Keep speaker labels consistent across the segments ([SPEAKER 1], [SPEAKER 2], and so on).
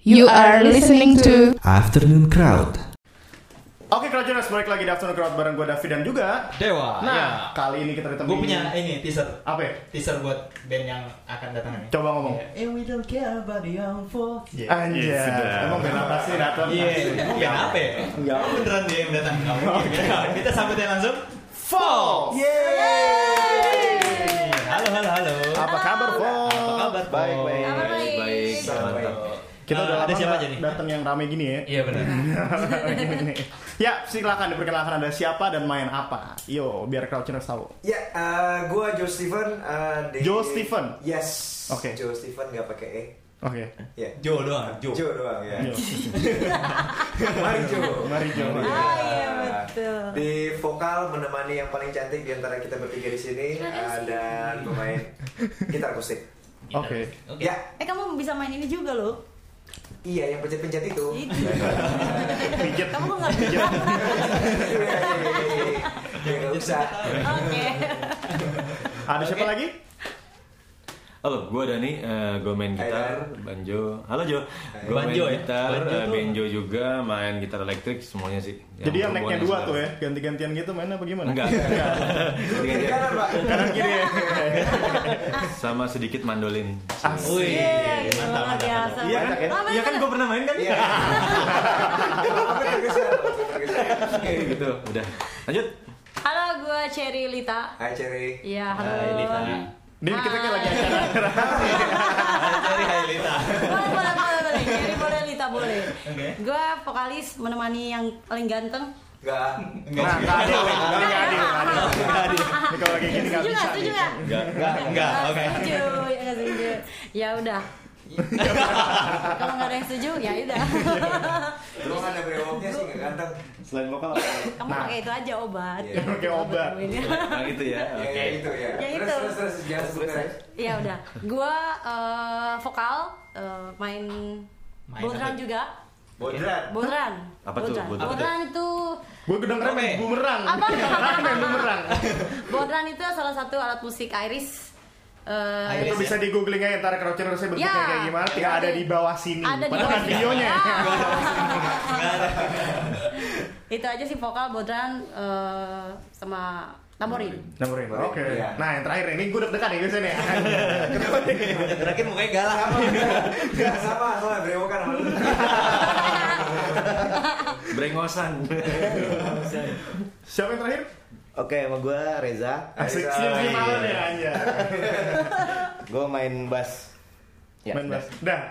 [SPEAKER 1] You are listening to
[SPEAKER 2] Afternoon Crowd.
[SPEAKER 3] Oke Crowdjoners, balik lagi di Afternoon Crowd bareng gue David dan juga
[SPEAKER 4] Dewa.
[SPEAKER 3] Nah,
[SPEAKER 4] ya.
[SPEAKER 3] kali ini kita ketemu
[SPEAKER 4] gue punya ini teaser.
[SPEAKER 3] Apa ya?
[SPEAKER 4] Teaser buat band yang akan datang nih.
[SPEAKER 3] Coba ngomong
[SPEAKER 4] Iya. And we don't care about the young folk. Iya.
[SPEAKER 3] Anjir, emang band apa sih
[SPEAKER 4] Ah,
[SPEAKER 3] datang?
[SPEAKER 4] Emang band iya. apa ya?
[SPEAKER 3] Enggak.
[SPEAKER 4] Emang beneran dia yang datang. Enggak mungkin. Kita sambutin langsung.
[SPEAKER 3] Fall!
[SPEAKER 4] Iya. Halo, halo, halo.
[SPEAKER 3] Apa kabar Fall?
[SPEAKER 4] Apa kabar?
[SPEAKER 3] Baik, baik
[SPEAKER 4] Baik, selamat.
[SPEAKER 3] Kita
[SPEAKER 4] Eh,
[SPEAKER 3] udah lama
[SPEAKER 4] ada siapa aja
[SPEAKER 3] nggak
[SPEAKER 4] nih?
[SPEAKER 3] datang yang rame gini ya
[SPEAKER 4] Iya benar.
[SPEAKER 3] Gini. Ya, silakan diperkenalkan ada siapa dan main apa Yo, biar Crowdjoners tahu
[SPEAKER 5] Ya, eh, gua Joe Stephen eh, di
[SPEAKER 3] Joe Stephen?
[SPEAKER 5] Yes.
[SPEAKER 3] Oke.
[SPEAKER 5] Joe Stephen nggak pakai E.
[SPEAKER 3] Oke
[SPEAKER 5] Ya.
[SPEAKER 4] Jo doang, Jo.
[SPEAKER 5] Joe doang ya.
[SPEAKER 4] Iya.
[SPEAKER 3] Yo.
[SPEAKER 5] Mari Joe.
[SPEAKER 3] Iya. Mari Jo
[SPEAKER 5] Ah,
[SPEAKER 1] iya, betul.
[SPEAKER 5] Di vokal menemani yang paling cantik di antara kita bertiga di sini eh, dan pemain gitar akustik.
[SPEAKER 3] Oke
[SPEAKER 4] Oke.
[SPEAKER 5] Ya,
[SPEAKER 1] Eh kamu bisa main ini juga loh
[SPEAKER 5] iya yang pencet-pencet itu.
[SPEAKER 1] Itu.
[SPEAKER 5] Iya,
[SPEAKER 3] Pijet
[SPEAKER 1] Kamu kok gak bisa?
[SPEAKER 5] iya, iya, iya, iya. Ya nggak usah.
[SPEAKER 1] Iya. Oke
[SPEAKER 3] Ada siapa lagi?
[SPEAKER 6] Halo, gue Dani, eh gue main
[SPEAKER 5] Hai,
[SPEAKER 6] gitar, banjo. Halo Jo, gue main
[SPEAKER 4] Banjo ya?
[SPEAKER 6] gitar,
[SPEAKER 4] Banjo
[SPEAKER 6] eh,
[SPEAKER 4] tuh-
[SPEAKER 6] banjo juga, main gitar elektrik semuanya sih.
[SPEAKER 3] Jadi yang necknya
[SPEAKER 6] berhubungan
[SPEAKER 3] dua
[SPEAKER 6] sama-
[SPEAKER 3] tuh ya, ganti-gantian gitu mainnya apa gimana?
[SPEAKER 6] Enggak.
[SPEAKER 5] Kiri
[SPEAKER 6] Enggak.
[SPEAKER 5] kanan, Pak.
[SPEAKER 3] Kanan kiri ya.
[SPEAKER 6] sama sedikit mandolin.
[SPEAKER 3] Ah,
[SPEAKER 1] Yeay,
[SPEAKER 4] Wih, iya, mantap,
[SPEAKER 1] Iya, luar
[SPEAKER 4] mantap.
[SPEAKER 1] biasa
[SPEAKER 3] kan Iya kan?
[SPEAKER 1] Oh, mana,
[SPEAKER 6] Iya kan
[SPEAKER 1] mana?
[SPEAKER 6] gue pernah main kan?
[SPEAKER 5] Iya. Apa tergeser? Apa tergeser?
[SPEAKER 6] gitu, udah. Lanjut.
[SPEAKER 1] Halo gue Cherry Lita
[SPEAKER 5] Hai Cherry.
[SPEAKER 1] Iya halo
[SPEAKER 4] Hai, Lita.
[SPEAKER 1] Ah.
[SPEAKER 3] Ini kita kayak lagi acara
[SPEAKER 4] Hai, Cari Hai Lita.
[SPEAKER 1] Boleh boleh boleh boleh Cherry boleh Lita boleh
[SPEAKER 4] Oke.
[SPEAKER 1] Gue vokalis menemani yang paling ganteng
[SPEAKER 5] Enggak.
[SPEAKER 4] Enggak
[SPEAKER 3] Nah,
[SPEAKER 4] juga.
[SPEAKER 3] nggak adil, nggak adil, nggak adil, nggak adil. Ini kalau kayak gini nggak
[SPEAKER 1] Setuju
[SPEAKER 3] bisa.
[SPEAKER 1] gak? Setuju gak?
[SPEAKER 6] Enggak.
[SPEAKER 4] Enggak, oke.
[SPEAKER 1] Setuju ya, nggak setuju. Ya udah Kalau gak ada yang setuju ya udah
[SPEAKER 5] Lu kan ada brewoknya sih nggak ganteng.
[SPEAKER 3] Selain lokal.
[SPEAKER 1] Kamu
[SPEAKER 3] Nah,
[SPEAKER 1] pakai itu aja obat
[SPEAKER 5] Iya,
[SPEAKER 3] pakai obat.
[SPEAKER 6] Nah, gitu ya.
[SPEAKER 5] Ya,
[SPEAKER 6] Oke.
[SPEAKER 5] ya itu ya.
[SPEAKER 1] Ya,
[SPEAKER 5] terus,
[SPEAKER 1] itu.
[SPEAKER 5] terus terus jangan sebut merek.
[SPEAKER 1] Iya udah, gua eh, vokal eh, main,
[SPEAKER 4] Main
[SPEAKER 1] bodran
[SPEAKER 4] apa?
[SPEAKER 1] juga.
[SPEAKER 5] Bodran.
[SPEAKER 1] Bodran.
[SPEAKER 6] Apa tuh
[SPEAKER 1] Bodran.
[SPEAKER 6] bodran?
[SPEAKER 1] Bodran itu
[SPEAKER 3] gue gedang
[SPEAKER 4] Apa
[SPEAKER 3] rame
[SPEAKER 4] ya?
[SPEAKER 3] bumerang.
[SPEAKER 1] Apa?
[SPEAKER 3] Rame bumerang.
[SPEAKER 1] bodran itu salah satu alat musik Iris. Eh,
[SPEAKER 3] Itu
[SPEAKER 4] Iris.
[SPEAKER 3] bisa di googling aja ntar croucher saya bentuknya
[SPEAKER 1] Ya.
[SPEAKER 3] kayak gimana. Tinggal ada di bawah sini.
[SPEAKER 1] Ada di
[SPEAKER 3] Padahal
[SPEAKER 1] bawah
[SPEAKER 3] kan
[SPEAKER 1] sini. Ah.
[SPEAKER 3] videonya.
[SPEAKER 1] Itu aja sih vokal bodran eh, sama tamborin.
[SPEAKER 3] Nomor ini. Oke.
[SPEAKER 5] Iya.
[SPEAKER 3] Nah, yang terakhir ini gue deg-degan nih biasanya nih. Kenapa nih?
[SPEAKER 4] Yang terakhir mukanya galak.
[SPEAKER 5] Enggak Iya, sama sama brewokan sama lu.
[SPEAKER 6] Brengosan.
[SPEAKER 3] Siapa yang terakhir?
[SPEAKER 7] Oke, sama gue Reza.
[SPEAKER 3] Asik
[SPEAKER 5] Reza.
[SPEAKER 3] sih malam ya anjir.
[SPEAKER 7] Gue main bass. Ya,
[SPEAKER 3] Main bass. Dah.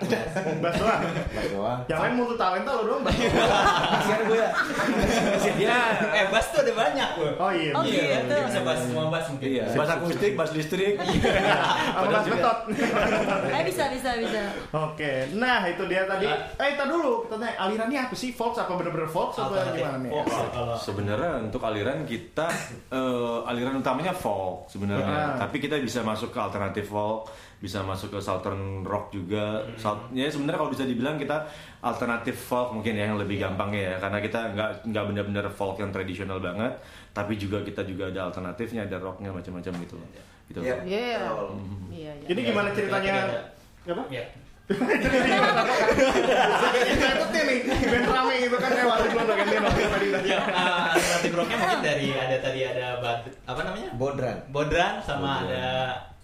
[SPEAKER 3] Bass doang.
[SPEAKER 7] Bass doang.
[SPEAKER 3] Yang lain multi talenta lo doang bass.
[SPEAKER 5] Kasihan gue.
[SPEAKER 4] Ya, eh bass tuh ada banyak loh.
[SPEAKER 3] Oh iya.
[SPEAKER 1] Oh,
[SPEAKER 3] bener.
[SPEAKER 1] iya.
[SPEAKER 4] Iya, dia bisa bass semua bass mungkin.
[SPEAKER 6] Iya. Bass akustik, bass listrik.
[SPEAKER 3] Sama
[SPEAKER 6] Padahal
[SPEAKER 3] bass
[SPEAKER 6] juga-
[SPEAKER 3] betot.
[SPEAKER 1] Eh bisa bisa bisa.
[SPEAKER 3] Oke, nah itu dia tadi. Eh, kita dulu, kita tanya alirannya apa sih? Volks apa bener-bener Volks apa
[SPEAKER 4] Alternatif.
[SPEAKER 3] gimana nih?
[SPEAKER 4] Folk sih Oh, kalau
[SPEAKER 6] Sebenarnya untuk aliran kita eh, aliran utamanya folk sebenarnya,
[SPEAKER 3] Ah.
[SPEAKER 6] tapi kita bisa masuk ke alternatif folk, bisa masuk ke southern rock juga. South- ya sebenarnya kalau bisa dibilang kita alternatif folk mungkin ya yang lebih gampangnya ya, karena kita nggak nggak benar-benar folk yang tradisional banget, tapi juga kita juga ada alternatifnya, ada rocknya macam-macam gitu loh. Gitu.
[SPEAKER 5] Iya.
[SPEAKER 1] Iya.
[SPEAKER 5] Betul.
[SPEAKER 1] Iya iya.
[SPEAKER 3] Jadi gimana
[SPEAKER 4] Iya,
[SPEAKER 3] ceritanya?
[SPEAKER 4] kira-kira
[SPEAKER 3] Apa?
[SPEAKER 4] Ya.
[SPEAKER 3] Kita ikutnya nih, band rame gitu kan kayak waktu belum ganti nomor tadi.
[SPEAKER 4] Ya, eh, alternatif rocknya mungkin dari ada tadi ada bad, apa namanya?
[SPEAKER 7] Bodran.
[SPEAKER 4] Bodran sama ada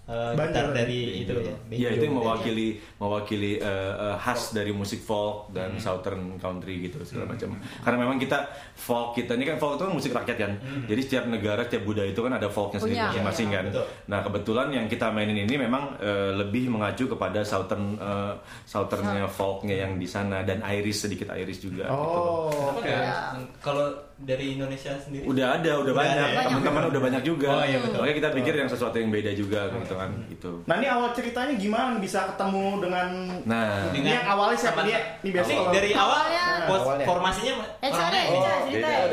[SPEAKER 4] eh, gitar
[SPEAKER 3] Banjo.
[SPEAKER 4] dari itu. banjo.
[SPEAKER 6] Ya itu yang mewakili mewakili eh, eh, khas dari musik folk dan
[SPEAKER 4] Hmm.
[SPEAKER 6] southern country gitu segala macam. Karena memang kita folk kita ini kan folk itu kan musik rakyat kan.
[SPEAKER 4] Hmm.
[SPEAKER 6] Jadi setiap negara setiap budaya itu kan ada folknya sendiri
[SPEAKER 1] Punya.
[SPEAKER 6] masing-masing kan.
[SPEAKER 4] Iya, Betul.
[SPEAKER 6] Nah kebetulan yang kita mainin ini memang eh, lebih mengacu kepada southern eh, southernnya folknya yang di sana dan Irish sedikit Irish juga. gitu loh.
[SPEAKER 3] Oh,
[SPEAKER 4] Oke. Kalau dari Indonesia sendiri?
[SPEAKER 6] Udah ada, udah
[SPEAKER 4] Udah
[SPEAKER 6] banyak.
[SPEAKER 4] ada ya?
[SPEAKER 6] Teman-teman udah banyak
[SPEAKER 4] Oh,
[SPEAKER 6] juga.
[SPEAKER 4] iya, betul. Hmm.
[SPEAKER 6] Makanya kita pikir yang sesuatu yang beda juga gitu kan. Gitu.
[SPEAKER 3] nah ini awal ceritanya gimana bisa ketemu dengan Oh,
[SPEAKER 6] Nah,
[SPEAKER 3] Ini yang awalnya siapa
[SPEAKER 4] teman-
[SPEAKER 3] dia? Ini biasanya
[SPEAKER 4] Ini
[SPEAKER 3] kalau-
[SPEAKER 4] dari awal
[SPEAKER 1] Awalnya.
[SPEAKER 4] pos-
[SPEAKER 7] Awalnya.
[SPEAKER 4] formasinya
[SPEAKER 1] Eh cari,
[SPEAKER 3] oh,
[SPEAKER 1] cari
[SPEAKER 4] orangnya
[SPEAKER 1] cerita. ya.
[SPEAKER 7] Beda,
[SPEAKER 4] Beda,
[SPEAKER 7] beda,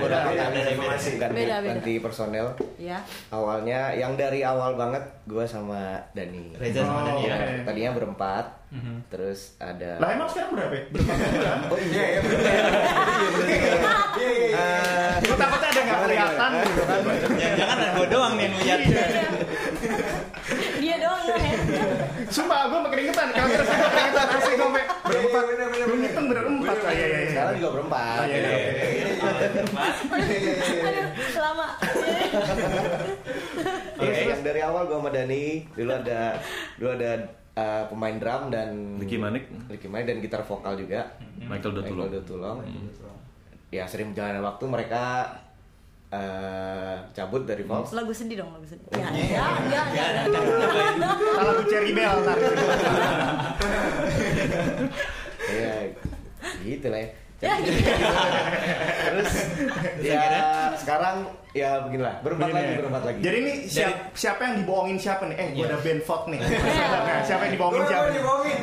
[SPEAKER 4] beda,
[SPEAKER 7] beda,
[SPEAKER 4] beda, beda.
[SPEAKER 7] Masih
[SPEAKER 6] Kan
[SPEAKER 7] ganti,
[SPEAKER 1] Beda, beda.
[SPEAKER 7] ganti personel.
[SPEAKER 1] Iya.
[SPEAKER 7] Awalnya yang dari awal banget gue sama Dani.
[SPEAKER 4] Reza sama
[SPEAKER 3] Oh,
[SPEAKER 4] Dani ya.
[SPEAKER 3] oke.
[SPEAKER 7] Tadinya berempat,
[SPEAKER 6] Mm-hmm.
[SPEAKER 7] terus
[SPEAKER 3] Lah
[SPEAKER 7] ada
[SPEAKER 3] emang sekarang berapa ya? Berapa bulan?
[SPEAKER 7] Oh
[SPEAKER 5] Iya, iya,
[SPEAKER 7] iya.
[SPEAKER 5] betul. Iya, iya, iya.
[SPEAKER 7] Eh,
[SPEAKER 3] Gue takutnya ada nggak
[SPEAKER 7] Gimana,
[SPEAKER 3] kelihatan gitu kan.
[SPEAKER 4] Jangan-jangan gue doang nih yang lihat.
[SPEAKER 1] Dia doang kan ya.
[SPEAKER 3] Sumpah, gue makin keringetan. Kalau terus gue keringetan asli sampai berempat.
[SPEAKER 5] Iya, iya, bener, bener,
[SPEAKER 3] Gue
[SPEAKER 5] bener.
[SPEAKER 3] ngitung berempat.
[SPEAKER 5] Bener,
[SPEAKER 3] Iya, iya,
[SPEAKER 5] bener,
[SPEAKER 3] iya.
[SPEAKER 7] Sekarang juga berempat.
[SPEAKER 3] Iya, iya, iya.
[SPEAKER 1] Aduh, lama.
[SPEAKER 7] Iya,
[SPEAKER 4] Oke.
[SPEAKER 7] yang dari awal gue sama Dani dulu ada dulu ada eh, pemain drum dan
[SPEAKER 6] Ricky Manik.
[SPEAKER 7] Ricky Manik dan gitar vokal juga.
[SPEAKER 6] Michael Dotulong. Iya.
[SPEAKER 7] Michael Dotulong. Ya sering berjalannya waktu mereka eh, cabut dari
[SPEAKER 6] Hmm.
[SPEAKER 7] Vox.
[SPEAKER 1] Lagu sedih dong, lagu sedih.
[SPEAKER 6] Iya.
[SPEAKER 1] Ya, ya, ya, ya.
[SPEAKER 3] Salah lagu Cherry Bell ntar.
[SPEAKER 7] Iya, gitu lah. ya.
[SPEAKER 1] Ya, gitu.
[SPEAKER 6] Iya.
[SPEAKER 7] Terus ya
[SPEAKER 6] kan?
[SPEAKER 7] sekarang ya beginilah berempat lagi berempat lagi.
[SPEAKER 3] Jadi ini siap, siapa yang dibohongin siapa nih? Eh,
[SPEAKER 5] Iya.
[SPEAKER 3] gue ada band folk nih. Nah, siapa yang dibohongin siapa?
[SPEAKER 5] Gue dibohongin.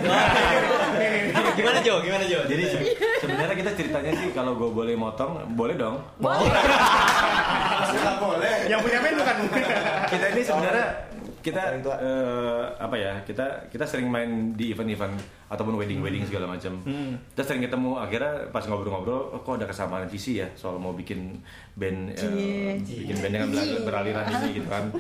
[SPEAKER 4] Gimana Jo? Gimana Jo?
[SPEAKER 6] Jadi
[SPEAKER 7] Iya.
[SPEAKER 6] se- sebenarnya kita ceritanya sih kalau gue boleh motong, boleh dong.
[SPEAKER 5] Nggak boleh.
[SPEAKER 3] Yang punya band bukan.
[SPEAKER 6] Kita ini sebenarnya kita
[SPEAKER 7] Nah, Orang tua.
[SPEAKER 6] eh, apa ya? Kita kita sering main di event-event ataupun wedding-wedding
[SPEAKER 7] Hmm.
[SPEAKER 6] segala macam. Kita sering ketemu akhirnya pas ngobrol-ngobrol, oh, kok ada kesamaan visi ya soal mau bikin band eh,
[SPEAKER 1] Cie.
[SPEAKER 6] bikin band dengan berali- beraliran ini gitu kan.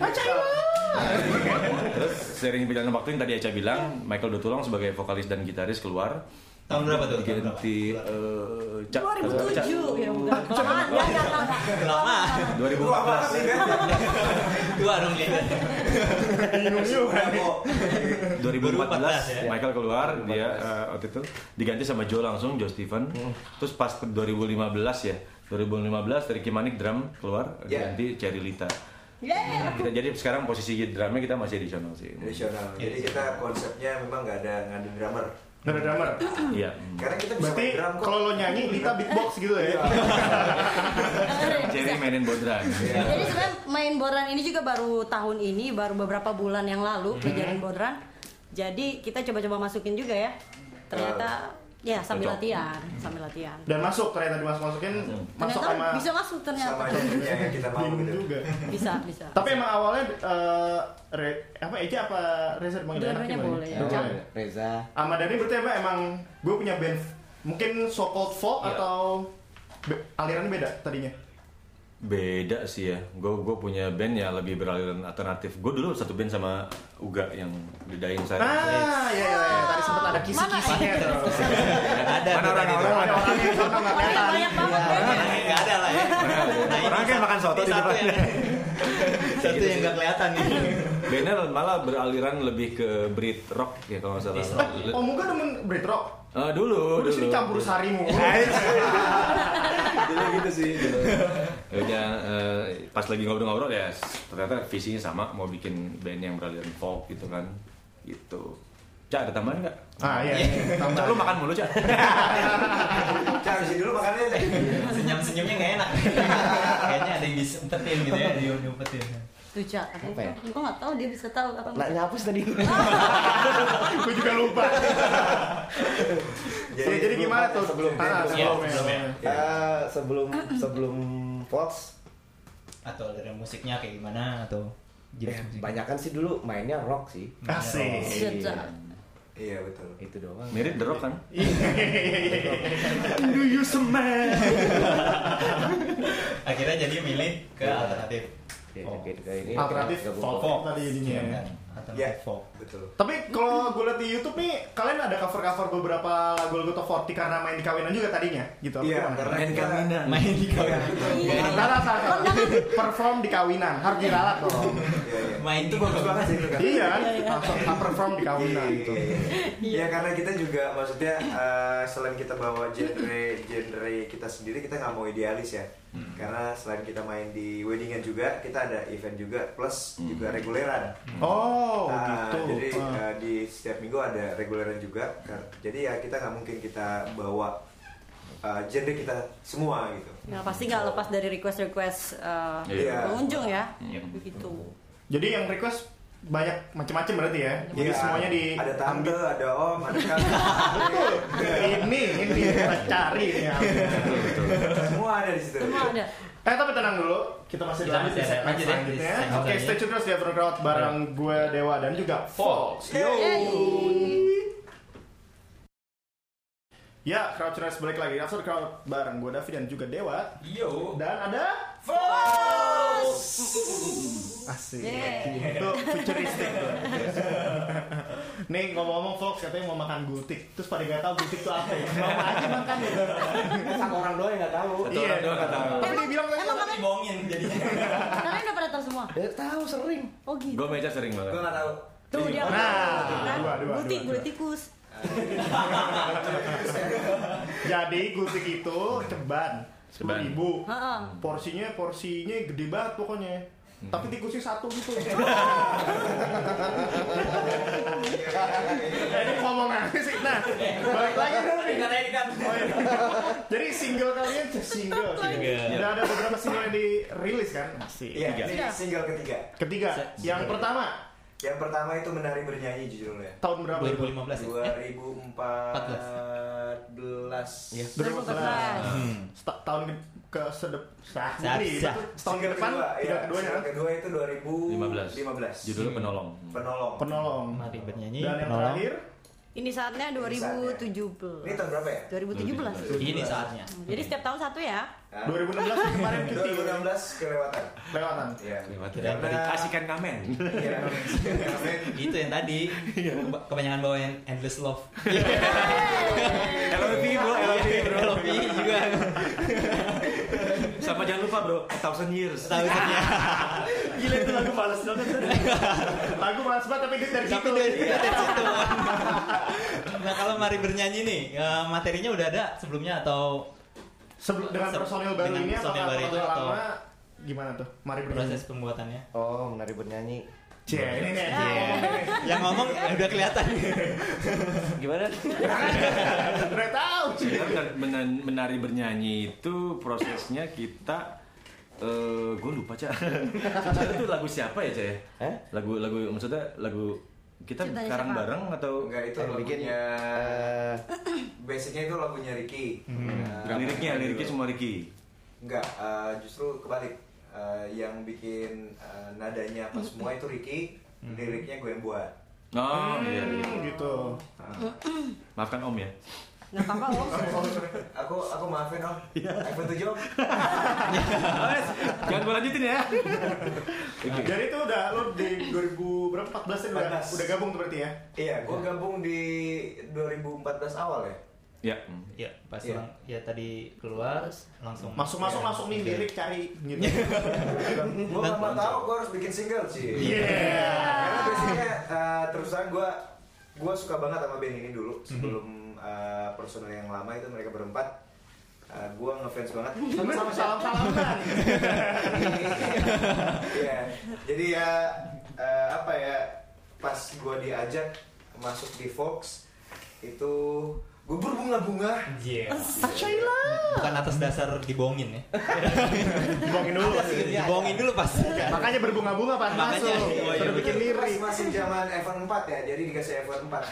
[SPEAKER 6] Terus sering berjalannya waktu yang tadi Eca bilang, Michael Dotulong sebagai vokalis dan gitaris keluar
[SPEAKER 4] Tahun berapa tuh? Tahun berapa?
[SPEAKER 6] diganti eh, Ca-
[SPEAKER 1] 2007 ya udah. Kelamaan, ya, ya, lama.
[SPEAKER 4] Lama.
[SPEAKER 5] Tua banget sih kan.
[SPEAKER 4] Dua dong dia.
[SPEAKER 5] Kok.
[SPEAKER 6] 2014
[SPEAKER 4] 2014, ya?
[SPEAKER 6] Michael keluar dia eh, waktu itu diganti sama Joe langsung Joe Steven terus pas 2015 ya 2015 Ricky Manik drum keluar
[SPEAKER 5] Ya.
[SPEAKER 6] diganti Cherry Lita
[SPEAKER 1] Yeah.
[SPEAKER 6] kita jadi sekarang posisi drumnya kita masih additional sih
[SPEAKER 5] Tradisional. Jadi kita konsepnya memang nggak ada ngadu drummer.
[SPEAKER 3] Nggak ada drummer.
[SPEAKER 6] iya
[SPEAKER 5] Karena kita bisa
[SPEAKER 3] Berarti
[SPEAKER 5] main drum kok.
[SPEAKER 3] kalau lo nyanyi, Lita beatbox gitu ya?
[SPEAKER 6] Cherry mainin bodra
[SPEAKER 5] Iya.
[SPEAKER 1] Jadi sebenarnya main boran ini juga baru tahun ini, baru beberapa bulan yang
[SPEAKER 6] Mm-hmm.
[SPEAKER 1] lalu pelajaran boran. Jadi kita coba-coba masukin juga ya. Ternyata ya sambil
[SPEAKER 6] Cocok.
[SPEAKER 1] latihan, sambil latihan.
[SPEAKER 3] Dan masuk, ternyata dimasuk-masukin. Masuk
[SPEAKER 1] Ternyata
[SPEAKER 3] sama
[SPEAKER 1] bisa masuk
[SPEAKER 5] sama
[SPEAKER 1] ternyata.
[SPEAKER 5] aja yang kita mau
[SPEAKER 3] Bingung
[SPEAKER 5] Iya. gitu.
[SPEAKER 3] juga.
[SPEAKER 1] Bisa, bisa.
[SPEAKER 3] Tapi emang awalnya eh, Re- apa Eki apa Reza dipanggil
[SPEAKER 1] Dua-duanya
[SPEAKER 3] anaknya
[SPEAKER 1] boleh.
[SPEAKER 3] Bang?
[SPEAKER 7] Ya,
[SPEAKER 3] Boleh.
[SPEAKER 7] Reza
[SPEAKER 3] Sama Dani berarti apa emang gue punya band mungkin so called folk
[SPEAKER 6] Iya.
[SPEAKER 3] atau be- alirannya beda tadinya.
[SPEAKER 6] beda sih ya gue gue punya band ya lebih beraliran alternatif gue dulu satu band sama Uga yang di Dying Silence
[SPEAKER 3] Ah, iya iya iya. tadi sempat ada kisi-kisinya.
[SPEAKER 1] Mana? ya?
[SPEAKER 3] tuh.
[SPEAKER 4] Ada.
[SPEAKER 6] Mana
[SPEAKER 4] tuh
[SPEAKER 6] orang-
[SPEAKER 4] tadi tuh.
[SPEAKER 3] Ada orangnya di sana nggak
[SPEAKER 1] Orangnya
[SPEAKER 3] kelihatan.
[SPEAKER 1] banyak banget.
[SPEAKER 4] Orangnya nggak ada lah ya. Nah, ini
[SPEAKER 6] Orang kayak makan soto
[SPEAKER 4] ini
[SPEAKER 6] di
[SPEAKER 4] satu
[SPEAKER 6] depan.
[SPEAKER 4] yang- Satu yang nggak kelihatan nih.
[SPEAKER 6] bandnya malah beraliran lebih ke Brit rock ya kalau nggak
[SPEAKER 4] Brit
[SPEAKER 6] salah
[SPEAKER 4] rock.
[SPEAKER 6] Le-
[SPEAKER 3] Oh, mungkin demen Brit Rock.
[SPEAKER 6] Eh, dulu,
[SPEAKER 3] Udah Oh, sini
[SPEAKER 6] dulu.
[SPEAKER 3] campur sari mulu.
[SPEAKER 6] dulu gitu sih dulu. Ya udah eh, pas lagi ngobrol-ngobrol ya ternyata visinya sama mau bikin band yang beraliran folk gitu kan gitu Cak ada tambahan nggak?
[SPEAKER 3] Ah, iya. iya.
[SPEAKER 6] Cak lu makan mulu Cak
[SPEAKER 5] Cak, isi dulu makanannya deh.
[SPEAKER 4] Senyum-senyumnya nggak enak. Kayaknya ada yang disempetin gitu ya, di- diumpetin.
[SPEAKER 1] Tuh, Cak.
[SPEAKER 7] Apa ya? Nah,
[SPEAKER 1] Gue ah. nggak tahu dia bisa tahu apa.
[SPEAKER 7] nak nyapus tadi.
[SPEAKER 3] Gue juga lupa.
[SPEAKER 5] Iya,
[SPEAKER 3] Jadi, Iya, jadi gimana tuh
[SPEAKER 7] sebelum band,
[SPEAKER 3] Ah,
[SPEAKER 4] Iya,
[SPEAKER 3] sebelum
[SPEAKER 4] sebelumnya.
[SPEAKER 3] ya.
[SPEAKER 7] Eh, sebelum sebelum Vox
[SPEAKER 4] Atau dari musiknya kayak gimana atau
[SPEAKER 6] Ya,
[SPEAKER 4] jenis musik.
[SPEAKER 7] eh, Banyakan sih dulu mainnya rock sih.
[SPEAKER 3] Asik.
[SPEAKER 1] Shit, Cak.
[SPEAKER 5] Iya betul.
[SPEAKER 7] Itu doang.
[SPEAKER 6] mirip The Rock kan?
[SPEAKER 3] Do you smell?
[SPEAKER 4] Akhirnya jadi milih ke
[SPEAKER 6] Iya.
[SPEAKER 4] alternatif.
[SPEAKER 7] Ya, kayak- kayak ini,
[SPEAKER 3] Alternatif
[SPEAKER 7] gabung
[SPEAKER 3] folk.
[SPEAKER 7] folk.
[SPEAKER 4] Folk
[SPEAKER 3] Tadi jadinya.
[SPEAKER 4] Iya, kan?
[SPEAKER 5] Iya,
[SPEAKER 4] Alternatif folk.
[SPEAKER 5] betul.
[SPEAKER 3] Tapi kalau gue liat di YouTube nih, kalian ada cover-cover beberapa lagu-lagu top 40 karena main di kawinan juga tadinya, gitu.
[SPEAKER 5] Iya,
[SPEAKER 3] Apa gimana?
[SPEAKER 5] karena kita
[SPEAKER 4] Main di kawinan.
[SPEAKER 1] Iya.
[SPEAKER 3] Antara salah perform di kawinan, harus diralat dong.
[SPEAKER 5] Iya, iya.
[SPEAKER 4] Main
[SPEAKER 5] itu
[SPEAKER 4] di
[SPEAKER 5] bagus
[SPEAKER 4] kawinan.
[SPEAKER 5] banget sih itu kan.
[SPEAKER 3] iya kan? Langsung perform di kawinan gitu.
[SPEAKER 5] Iya, iya, iya. Iya, karena kita juga maksudnya eh, selain kita bawa genre genre kita sendiri kita nggak mau idealis ya. Karena selain kita main di weddingan juga kita ada event juga plus juga reguleran.
[SPEAKER 3] Oh,
[SPEAKER 5] Ah,
[SPEAKER 3] gitu.
[SPEAKER 5] Jadi
[SPEAKER 3] Ah.
[SPEAKER 5] eh, di setiap minggu ada reguleran juga. Kar- Jadi ya kita nggak mungkin kita bawa eh, genre kita semua gitu.
[SPEAKER 1] Nah, pasti nggak lepas dari request-request eh,
[SPEAKER 5] Iya.
[SPEAKER 1] pengunjung ya. Begitu.
[SPEAKER 3] Jadi yang request banyak macam-macam berarti ya. Jadi
[SPEAKER 5] Iya,
[SPEAKER 3] semuanya di
[SPEAKER 5] ada tante, ada om, ada kakak,
[SPEAKER 3] ini ya. ini kita cari ini.
[SPEAKER 6] betul betul
[SPEAKER 5] semua ada di situ.
[SPEAKER 1] Semua ada.
[SPEAKER 3] Eh tapi tenang dulu, kita masih
[SPEAKER 4] Kita
[SPEAKER 3] lanjut
[SPEAKER 4] masih
[SPEAKER 3] di
[SPEAKER 4] ada-
[SPEAKER 3] segmen
[SPEAKER 4] lanjut ya, Iya. di
[SPEAKER 3] selanjutnya.
[SPEAKER 4] segmen
[SPEAKER 3] Oke, stay
[SPEAKER 4] selanjutnya.
[SPEAKER 3] tune terus di Evergreen Crowd bareng gue Dewa dan juga Fox.
[SPEAKER 1] Yeay.
[SPEAKER 3] Ya, Crowdtuners balik lagi. After Crowd bareng
[SPEAKER 5] Oh.
[SPEAKER 3] gue Davi dan juga Dewa.
[SPEAKER 4] Yo.
[SPEAKER 3] Dan ada
[SPEAKER 4] Fox.
[SPEAKER 3] Asik. Iya.
[SPEAKER 1] Yeay.
[SPEAKER 3] Itu futuristik tuh. Nih ngomong-ngomong Fox katanya mau makan gultik. Terus pada nggak tahu gultik itu apa. ya. Mama aja makan gitu.
[SPEAKER 7] Satu orang doang yang nggak tahu.
[SPEAKER 3] Iya.
[SPEAKER 6] Satu orang doang nggak tahu.
[SPEAKER 3] Tapi dia bilang
[SPEAKER 1] Emang kalian,
[SPEAKER 4] dibohongin jadinya
[SPEAKER 1] kalian udah pada tahu semua?
[SPEAKER 7] Ya tahu sering.
[SPEAKER 1] Oh gitu.
[SPEAKER 6] Gue meja sering banget.
[SPEAKER 4] gue nggak tahu
[SPEAKER 1] Tuh dia.
[SPEAKER 3] Nah,
[SPEAKER 1] kan?
[SPEAKER 3] dua, dua,
[SPEAKER 1] Gultik,
[SPEAKER 3] dua, dua.
[SPEAKER 1] gultik tikus.
[SPEAKER 3] jadi gultik itu ceban.
[SPEAKER 6] Ceban.
[SPEAKER 3] Ceban. Ibu.
[SPEAKER 1] Heeh.
[SPEAKER 3] Porsinya porsinya gede banget pokoknya. Tapi tikusnya satu gitu. Nah, ini ngomong aja sih. Nah, balik lagi dulu nih.
[SPEAKER 4] karena ini kan
[SPEAKER 3] Oh, iya. Jadi single kalian single, single. Udah ada beberapa single yang dirilis kan? Asik.
[SPEAKER 5] Iya,
[SPEAKER 6] Tiga.
[SPEAKER 5] ini single ketiga.
[SPEAKER 3] Ketiga, yang pertama
[SPEAKER 5] Yang pertama itu menari bernyanyi judulnya.
[SPEAKER 3] tahun berapa?
[SPEAKER 4] 2015 ya
[SPEAKER 5] 2014.
[SPEAKER 4] Iya.
[SPEAKER 1] 2014.
[SPEAKER 3] Sta- tahun ke, ke sedep sah.
[SPEAKER 4] Sah,
[SPEAKER 3] Jadi,
[SPEAKER 4] sah.
[SPEAKER 3] Tahun ke depan
[SPEAKER 5] kedua,
[SPEAKER 3] tiga
[SPEAKER 5] ya,
[SPEAKER 3] keduanya
[SPEAKER 5] single
[SPEAKER 3] kan?
[SPEAKER 5] kedua itu 2015.
[SPEAKER 6] 15. Judulnya penolong.
[SPEAKER 5] Penolong.
[SPEAKER 3] penolong.
[SPEAKER 4] mari bernyanyi
[SPEAKER 3] Dan yang
[SPEAKER 4] penolong
[SPEAKER 3] terakhir
[SPEAKER 1] Ini saatnya
[SPEAKER 5] Ini tahun
[SPEAKER 1] 2017.
[SPEAKER 5] berapa ya?
[SPEAKER 1] 2017.
[SPEAKER 4] ini saatnya
[SPEAKER 1] Jadi setiap tahun satu ya.
[SPEAKER 5] Hah?
[SPEAKER 3] 2016 yang kemarin cuti
[SPEAKER 5] 2016 kelewatan.
[SPEAKER 3] lewatan.
[SPEAKER 5] Iya.
[SPEAKER 6] Tidak kasihkan ngamen.
[SPEAKER 5] Iya.
[SPEAKER 4] itu gitu yang tadi Keba- kebanyakan bawain endless love
[SPEAKER 6] LOV bro, LOV bro.
[SPEAKER 4] Love you juga
[SPEAKER 6] Sama jangan lupa bro, A thousand years.
[SPEAKER 4] tahu sebenarnya
[SPEAKER 3] Gila itu lagu males banget. lagu males banget tapi dia dari
[SPEAKER 4] tapi
[SPEAKER 3] situ.
[SPEAKER 4] dari kita dari situ nah kalau mari bernyanyi nih eh, materinya udah ada sebelumnya atau
[SPEAKER 3] Sebelum dengan
[SPEAKER 4] Se-
[SPEAKER 3] personil baru
[SPEAKER 4] dengan
[SPEAKER 3] ini apa
[SPEAKER 4] personil baru
[SPEAKER 3] personil
[SPEAKER 4] itu atau-
[SPEAKER 3] lama gimana tuh? Mari bernyanyi.
[SPEAKER 4] proses pembuatannya
[SPEAKER 7] Oh, menari bernyanyi.
[SPEAKER 3] Cie, ini nih. Cie.
[SPEAKER 4] yang ngomong eh, udah kelihatan
[SPEAKER 7] Gimana?
[SPEAKER 3] Udah tahu. Cie.
[SPEAKER 6] Jadi benar- benar- kan menari bernyanyi itu prosesnya kita eh gue lupa cak sebenarnya itu lagu siapa ya cak ya
[SPEAKER 7] Eh?
[SPEAKER 6] lagu lagu maksudnya lagu kita
[SPEAKER 1] Ciptaan
[SPEAKER 6] sekarang
[SPEAKER 1] siapa?
[SPEAKER 6] bareng atau
[SPEAKER 5] Enggak itu
[SPEAKER 7] Yang bikin
[SPEAKER 5] lagunya
[SPEAKER 7] eh, Hmm.
[SPEAKER 5] basicnya itu lagunya Ricky. Nah,
[SPEAKER 6] liriknya liriknya semua Ricky
[SPEAKER 5] Enggak, eh, justru kebalik. Eh, yang bikin eh, nadanya apa semua itu Ricky,
[SPEAKER 7] Hmm.
[SPEAKER 5] liriknya gue yang buat.
[SPEAKER 6] oh iya iya.
[SPEAKER 3] Hmm, gitu.
[SPEAKER 6] maafkan om ya
[SPEAKER 1] Nggak apa-apa oh. om.
[SPEAKER 5] Aku aku maafin om.
[SPEAKER 7] Iya.
[SPEAKER 5] iPhone 7 om.
[SPEAKER 6] jangan gue lanjutin ya
[SPEAKER 3] Jadi itu udah lo di 2000 berapa 14 ya udah
[SPEAKER 5] 14.
[SPEAKER 3] udah gabung tuh berarti ya.
[SPEAKER 5] Iya, gue gabung di 2014 awal ya.
[SPEAKER 6] ya
[SPEAKER 4] ya pas
[SPEAKER 5] Iya.
[SPEAKER 4] lang- ya tadi keluar langsung Iya.
[SPEAKER 3] Masuk masuk masuk nih lirik cari gitu.
[SPEAKER 5] gue gak mau tahu gue harus bikin single sih.
[SPEAKER 3] Iya.
[SPEAKER 5] Karena basicnya eh, terus terang gue gue suka banget sama band ini
[SPEAKER 3] Mhm.
[SPEAKER 5] dulu sebelum eh, personel yang lama itu mereka berempat. gue ngefans banget.
[SPEAKER 3] Sama salam salaman.
[SPEAKER 5] Iya. Jadi ya eh, apa ya pas gue diajak masuk di Fox itu gue berbunga-bunga.
[SPEAKER 4] Iya. bukan atas dasar dibohongin ya
[SPEAKER 3] Dibohongin dulu.
[SPEAKER 4] Iya, dibohongin dulu pas
[SPEAKER 3] Iya. Makanya berbunga-bunga pas
[SPEAKER 4] Makanya,
[SPEAKER 3] masuk.
[SPEAKER 4] iya, iya,
[SPEAKER 3] Sudah Oh, bikin lirik.
[SPEAKER 5] Pas masih zaman iPhone 4 ya, jadi dikasih iPhone 4.
[SPEAKER 1] Oh,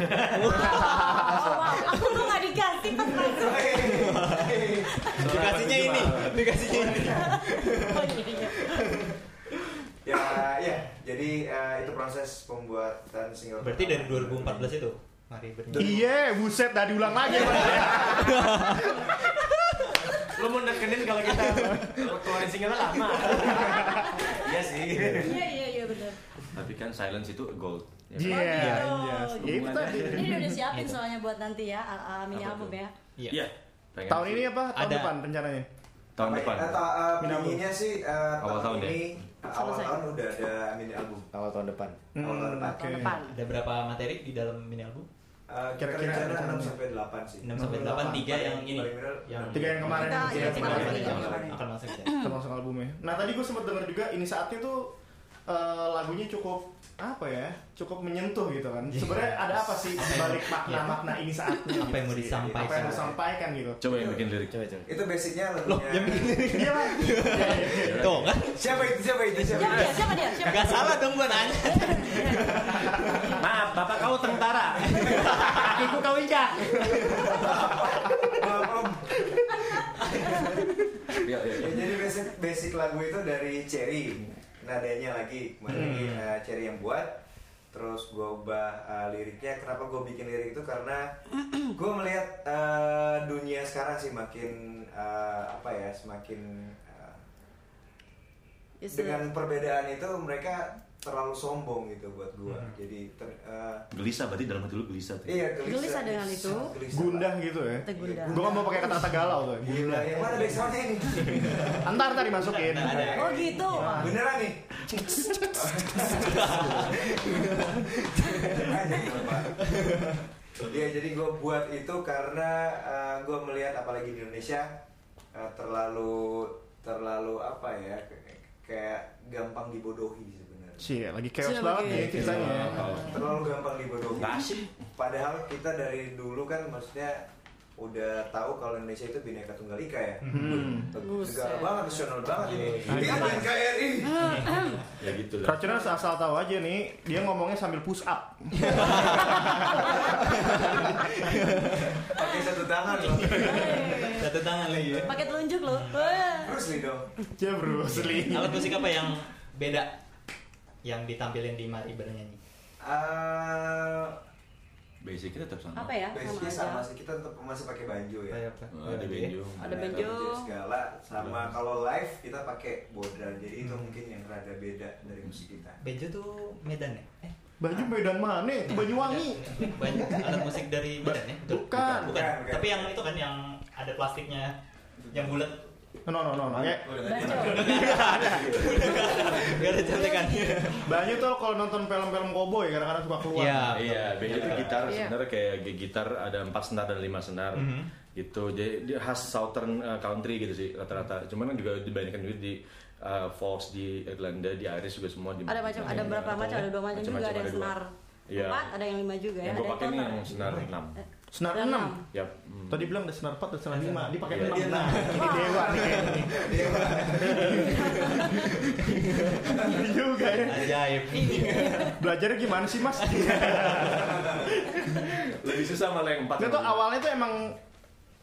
[SPEAKER 1] wow. Aku tuh nggak dikasih pas masuk.
[SPEAKER 4] dikasihnya ini dikasihnya ini
[SPEAKER 1] Oh, iya, iya.
[SPEAKER 5] ya, ya. Jadi eh, itu proses pembuatan single.
[SPEAKER 4] berarti dari
[SPEAKER 5] pertama.
[SPEAKER 4] 2014 itu mari bernyanyi
[SPEAKER 3] Iya, buset dah diulang lagi.
[SPEAKER 4] Iya.
[SPEAKER 6] lo mau nekenin kalau kita keluarin single lama
[SPEAKER 5] Iya sih.
[SPEAKER 1] Iya iya iya benar.
[SPEAKER 6] tapi kan silence itu gold ya kan?
[SPEAKER 3] Iya, iya. Ya, itu tadi.
[SPEAKER 1] Ini udah siapin soalnya buat nanti ya uh, uh, mini
[SPEAKER 6] Apa
[SPEAKER 1] album
[SPEAKER 6] tuh?
[SPEAKER 1] ya.
[SPEAKER 4] Iya.
[SPEAKER 6] Iya. Pengen
[SPEAKER 3] Tahun
[SPEAKER 6] sih.
[SPEAKER 3] ini apa? Tahun
[SPEAKER 4] Ada.
[SPEAKER 3] depan rencananya.
[SPEAKER 6] tahun depan
[SPEAKER 5] Eh, ta- eh,
[SPEAKER 3] Mini album.
[SPEAKER 5] pinginnya sih eh,
[SPEAKER 6] Awal tahun ya?
[SPEAKER 5] ini eh, awal
[SPEAKER 1] Selesai.
[SPEAKER 5] tahun udah ada mini album.
[SPEAKER 7] awal tahun depan.
[SPEAKER 6] Hmm,
[SPEAKER 5] Awal tahun depan.
[SPEAKER 1] Tahun
[SPEAKER 3] Oke.
[SPEAKER 1] depan.
[SPEAKER 4] ada berapa materi di dalam mini album
[SPEAKER 5] Eh,
[SPEAKER 3] Kira-kira
[SPEAKER 5] Kira-kira
[SPEAKER 3] ada
[SPEAKER 5] 6
[SPEAKER 3] tahun
[SPEAKER 5] sampai 8 sih.
[SPEAKER 4] 6 sampai 8 tiga yang ini
[SPEAKER 5] Paling bener,
[SPEAKER 3] Tiga yang kemarin.
[SPEAKER 1] Kita-
[SPEAKER 3] tiga
[SPEAKER 1] iya,
[SPEAKER 3] yang kemarin.
[SPEAKER 1] kemarin.
[SPEAKER 4] akan masuk ya
[SPEAKER 3] termasuk albumnya. Nah tadi gue sempat dengar juga ini saatnya tuh eh, lagunya cukup apa ya cukup menyentuh gitu kan
[SPEAKER 4] Iya.
[SPEAKER 3] sebenarnya ada apa sih balik makna makna ini saatnya
[SPEAKER 4] Apa yang mau
[SPEAKER 3] gitu sih?
[SPEAKER 4] disampaikan?
[SPEAKER 3] apa yang mau disampaikan gitu
[SPEAKER 6] coba yang bikin lirik Iya,
[SPEAKER 7] Coba coba.
[SPEAKER 5] Itu basicnya
[SPEAKER 4] Loh,
[SPEAKER 5] lagunya.
[SPEAKER 4] yang ini
[SPEAKER 3] iya Bang. Iya, iya, iya.
[SPEAKER 4] tuh kan
[SPEAKER 5] Siapa itu? Siapa itu?
[SPEAKER 1] Siapa
[SPEAKER 5] Siapa itu?
[SPEAKER 1] dia? Siapa dia? Siapa?
[SPEAKER 4] Gak salah dong gua nanya
[SPEAKER 6] maaf bapak kau tentara kakiku kau injak
[SPEAKER 5] Maaf, Om.
[SPEAKER 6] Iya, iya.
[SPEAKER 5] Ya, jadi basic basic lagu itu dari Cherry nadanya lagi kemarin
[SPEAKER 1] Hmm.
[SPEAKER 5] eh, Cherry yang buat terus gue ubah eh, liriknya kenapa gue bikin lirik itu karena gue melihat eh, dunia sekarang sih makin eh, apa ya semakin eh,
[SPEAKER 1] Is
[SPEAKER 5] dengan perbedaan itu mereka terlalu sombong gitu buat gua
[SPEAKER 1] Hmm.
[SPEAKER 5] jadi ter- eh,
[SPEAKER 6] Gelisah berarti dalam hati lu gelisah tuh.
[SPEAKER 5] iya
[SPEAKER 1] Gelisah dengan itu.
[SPEAKER 5] gelisah.
[SPEAKER 3] Gundah gitu ya.
[SPEAKER 1] Tegundah.
[SPEAKER 3] Gue mau pakai kata-kata galau tuh.
[SPEAKER 4] Iya.
[SPEAKER 5] gila yang mana backsoundnya ini
[SPEAKER 3] Entar tadi masukin.
[SPEAKER 4] Nah, ada.
[SPEAKER 1] Oh gitu.
[SPEAKER 5] beneran nih Ada gitu, Pak. Iya jadi gue buat itu karena gue melihat apalagi di Indonesia eh, terlalu terlalu apa ya kayak- kayak gampang dibodohi sebenarnya
[SPEAKER 3] Cie, lagi
[SPEAKER 1] Cie,
[SPEAKER 3] chaos banget
[SPEAKER 1] lagi-
[SPEAKER 3] nih ceritanya.
[SPEAKER 5] terlalu gampang dibodohi. Padahal kita dari dulu kan maksudnya udah tahu kalau Indonesia itu bineka tunggal ika ya. Negara
[SPEAKER 1] Buset. Ah.
[SPEAKER 5] banget, nasional banget ini. Kita
[SPEAKER 3] Iya.
[SPEAKER 5] NKRI.
[SPEAKER 6] Ya gitu lah.
[SPEAKER 3] Keracunan asal tahu aja nih, dia ngomongnya sambil push up.
[SPEAKER 5] Pakai satu tangan loh.
[SPEAKER 4] Satu tangan lagi ya.
[SPEAKER 1] Pakai telunjuk loh. Wah.
[SPEAKER 5] Terus nih dong.
[SPEAKER 3] Ya bro, seli.
[SPEAKER 4] Alat musik apa yang beda yang ditampilin di Mari bernyanyi?
[SPEAKER 5] Eh,
[SPEAKER 6] Basic kita tetap sama.
[SPEAKER 1] Apa ya?
[SPEAKER 5] basicnya
[SPEAKER 1] Sama
[SPEAKER 5] sama
[SPEAKER 1] aja.
[SPEAKER 5] sih kita tetap masih pakai banjo ya.
[SPEAKER 4] Kayak
[SPEAKER 3] Iya,
[SPEAKER 4] apa?
[SPEAKER 6] Oh, ada benjo.
[SPEAKER 1] Ada
[SPEAKER 5] Nah,
[SPEAKER 1] banjo.
[SPEAKER 5] banjo segala sama kalau live kita pakai bodran jadi itu mungkin yang rada beda dari musik kita
[SPEAKER 4] Benjo tuh Medan ya? Eh,
[SPEAKER 3] Baju Medan mana? Itu Banyuwangi.
[SPEAKER 4] banyak alat musik dari Medan ya? Betul?
[SPEAKER 3] Bukan.
[SPEAKER 4] Bukan.
[SPEAKER 5] Bukan.
[SPEAKER 4] Tapi yang itu kan yang ada plastiknya yang bulat.
[SPEAKER 3] No no no, no. Kayak
[SPEAKER 1] Baco.
[SPEAKER 4] Gak ada cantikannya.
[SPEAKER 3] Banyu tuh kalau nonton film-film koboi kadang-kadang suka keluar.
[SPEAKER 4] Iya.
[SPEAKER 6] Iya, benjo itu gitar
[SPEAKER 1] Iya.
[SPEAKER 6] sebenarnya kayak gi- gitar ada empat senar dan lima senar
[SPEAKER 3] Mhm.
[SPEAKER 6] gitu. Jadi dia khas southern uh, country gitu sih rata-rata. Cuman kan juga dibandingkan juga di uh, Fox di Irlanda, di Irish juga semua di
[SPEAKER 1] Ada macam ada berapa macam? Ada dua macam juga, ada yang senar
[SPEAKER 6] Iya.
[SPEAKER 1] empat, ada yang Eh. lima juga ya.
[SPEAKER 6] Yang gue
[SPEAKER 1] Ada
[SPEAKER 6] pakai nih
[SPEAKER 1] total.
[SPEAKER 6] yang senar enam.
[SPEAKER 3] Senar
[SPEAKER 1] Senar
[SPEAKER 3] 6.
[SPEAKER 6] Yap. Hmm.
[SPEAKER 3] Tadi bilang ada senar 4 dan senar 5, dia pakai
[SPEAKER 6] Iya.
[SPEAKER 3] 6. Nah, ini dewa nih kayaknya. Dewa juga ya.
[SPEAKER 4] Ajaib.
[SPEAKER 3] Belajarnya gimana sih, Mas?
[SPEAKER 6] Lebih susah malah yang empat.
[SPEAKER 3] Itu tuh awalnya tuh emang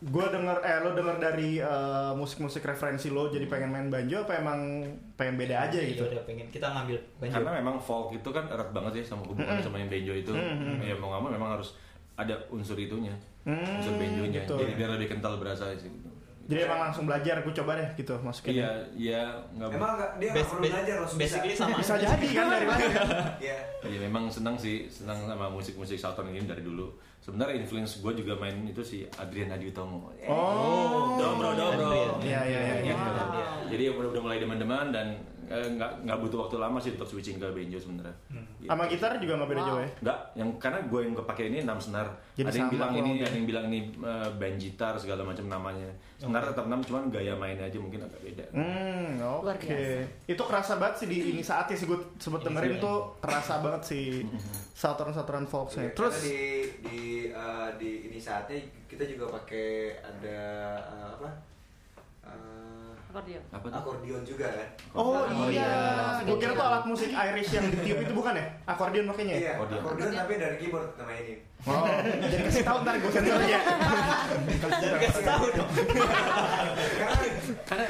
[SPEAKER 3] gue denger eh lo denger dari eh, musik-musik referensi lo jadi pengen main banjo apa emang pengen beda aja
[SPEAKER 4] Iya,
[SPEAKER 3] gitu.
[SPEAKER 4] udah pengen kita ngambil banjo.
[SPEAKER 6] karena memang folk itu kan erat banget ya sama
[SPEAKER 3] Mhm.
[SPEAKER 6] hubungan sama yang benjo itu ya mau nggak mau memang harus ada unsur itunya unsur benjonya
[SPEAKER 3] gitu.
[SPEAKER 6] jadi biar lebih kental berasa sih gitu.
[SPEAKER 3] Jadi emang langsung belajar gue coba deh gitu masukin.
[SPEAKER 6] iya iya nggak
[SPEAKER 5] emang nggak dia nggak
[SPEAKER 4] Bas-
[SPEAKER 5] perlu
[SPEAKER 4] bas-
[SPEAKER 5] belajar langsung bisa.
[SPEAKER 4] basically sama.
[SPEAKER 3] Bisa jadi kan dari mana?
[SPEAKER 5] Iya.
[SPEAKER 6] ya memang senang sih senang sama musik-musik southern ini dari dulu sebenarnya influence gue juga main itu si Adrian Eh, Adi Utomo
[SPEAKER 3] Oh.
[SPEAKER 6] dobro dobro
[SPEAKER 3] Iya, iya, iya, iya.
[SPEAKER 6] Gitu. jadi udah udah mulai demen-demen dan eh, nggak nggak butuh waktu lama sih untuk switching ke benjo sebenarnya Gitu.
[SPEAKER 3] Hmm. Sama gitar juga nggak beda
[SPEAKER 1] Wow.
[SPEAKER 3] jauh ya.
[SPEAKER 6] Enggak, yang karena gue yang kepake ini 6 senar.
[SPEAKER 3] Jadi
[SPEAKER 6] ada yang
[SPEAKER 3] sama
[SPEAKER 6] bilang ini,
[SPEAKER 3] kurang lebih.
[SPEAKER 6] ada yang bilang ini eh, band gitar segala macam namanya. Senar tetap 6 cuman gaya mainnya aja mungkin agak beda.
[SPEAKER 3] Hmm,
[SPEAKER 1] Luar
[SPEAKER 3] oke.
[SPEAKER 1] biasa.
[SPEAKER 3] Itu kerasa banget sih di ini saatnya sih gue sebut
[SPEAKER 4] Ini
[SPEAKER 3] dengerin
[SPEAKER 4] sih,
[SPEAKER 3] tuh kerasa banget sih saturan-saturan
[SPEAKER 5] Iya,
[SPEAKER 3] folksnya.
[SPEAKER 5] karena
[SPEAKER 3] Terus
[SPEAKER 5] di di eh, di ini saatnya kita juga pakai ada eh, apa eh,
[SPEAKER 1] Akordeon.
[SPEAKER 6] Apa tuh?
[SPEAKER 5] akordeon juga kan
[SPEAKER 3] Oh
[SPEAKER 1] Oh,
[SPEAKER 3] iya,
[SPEAKER 1] iya.
[SPEAKER 3] gue kira tuh alat musik Irish yang ditiup itu bukan ya? Akordeon makanya ya?
[SPEAKER 5] iya
[SPEAKER 6] Akordeon.
[SPEAKER 5] akordeon tapi dari keyboard namanya ini
[SPEAKER 3] Oh, jadi kasih tau ntar gue sensor aja
[SPEAKER 4] Jangan kasih iya. tahu dong.
[SPEAKER 5] karena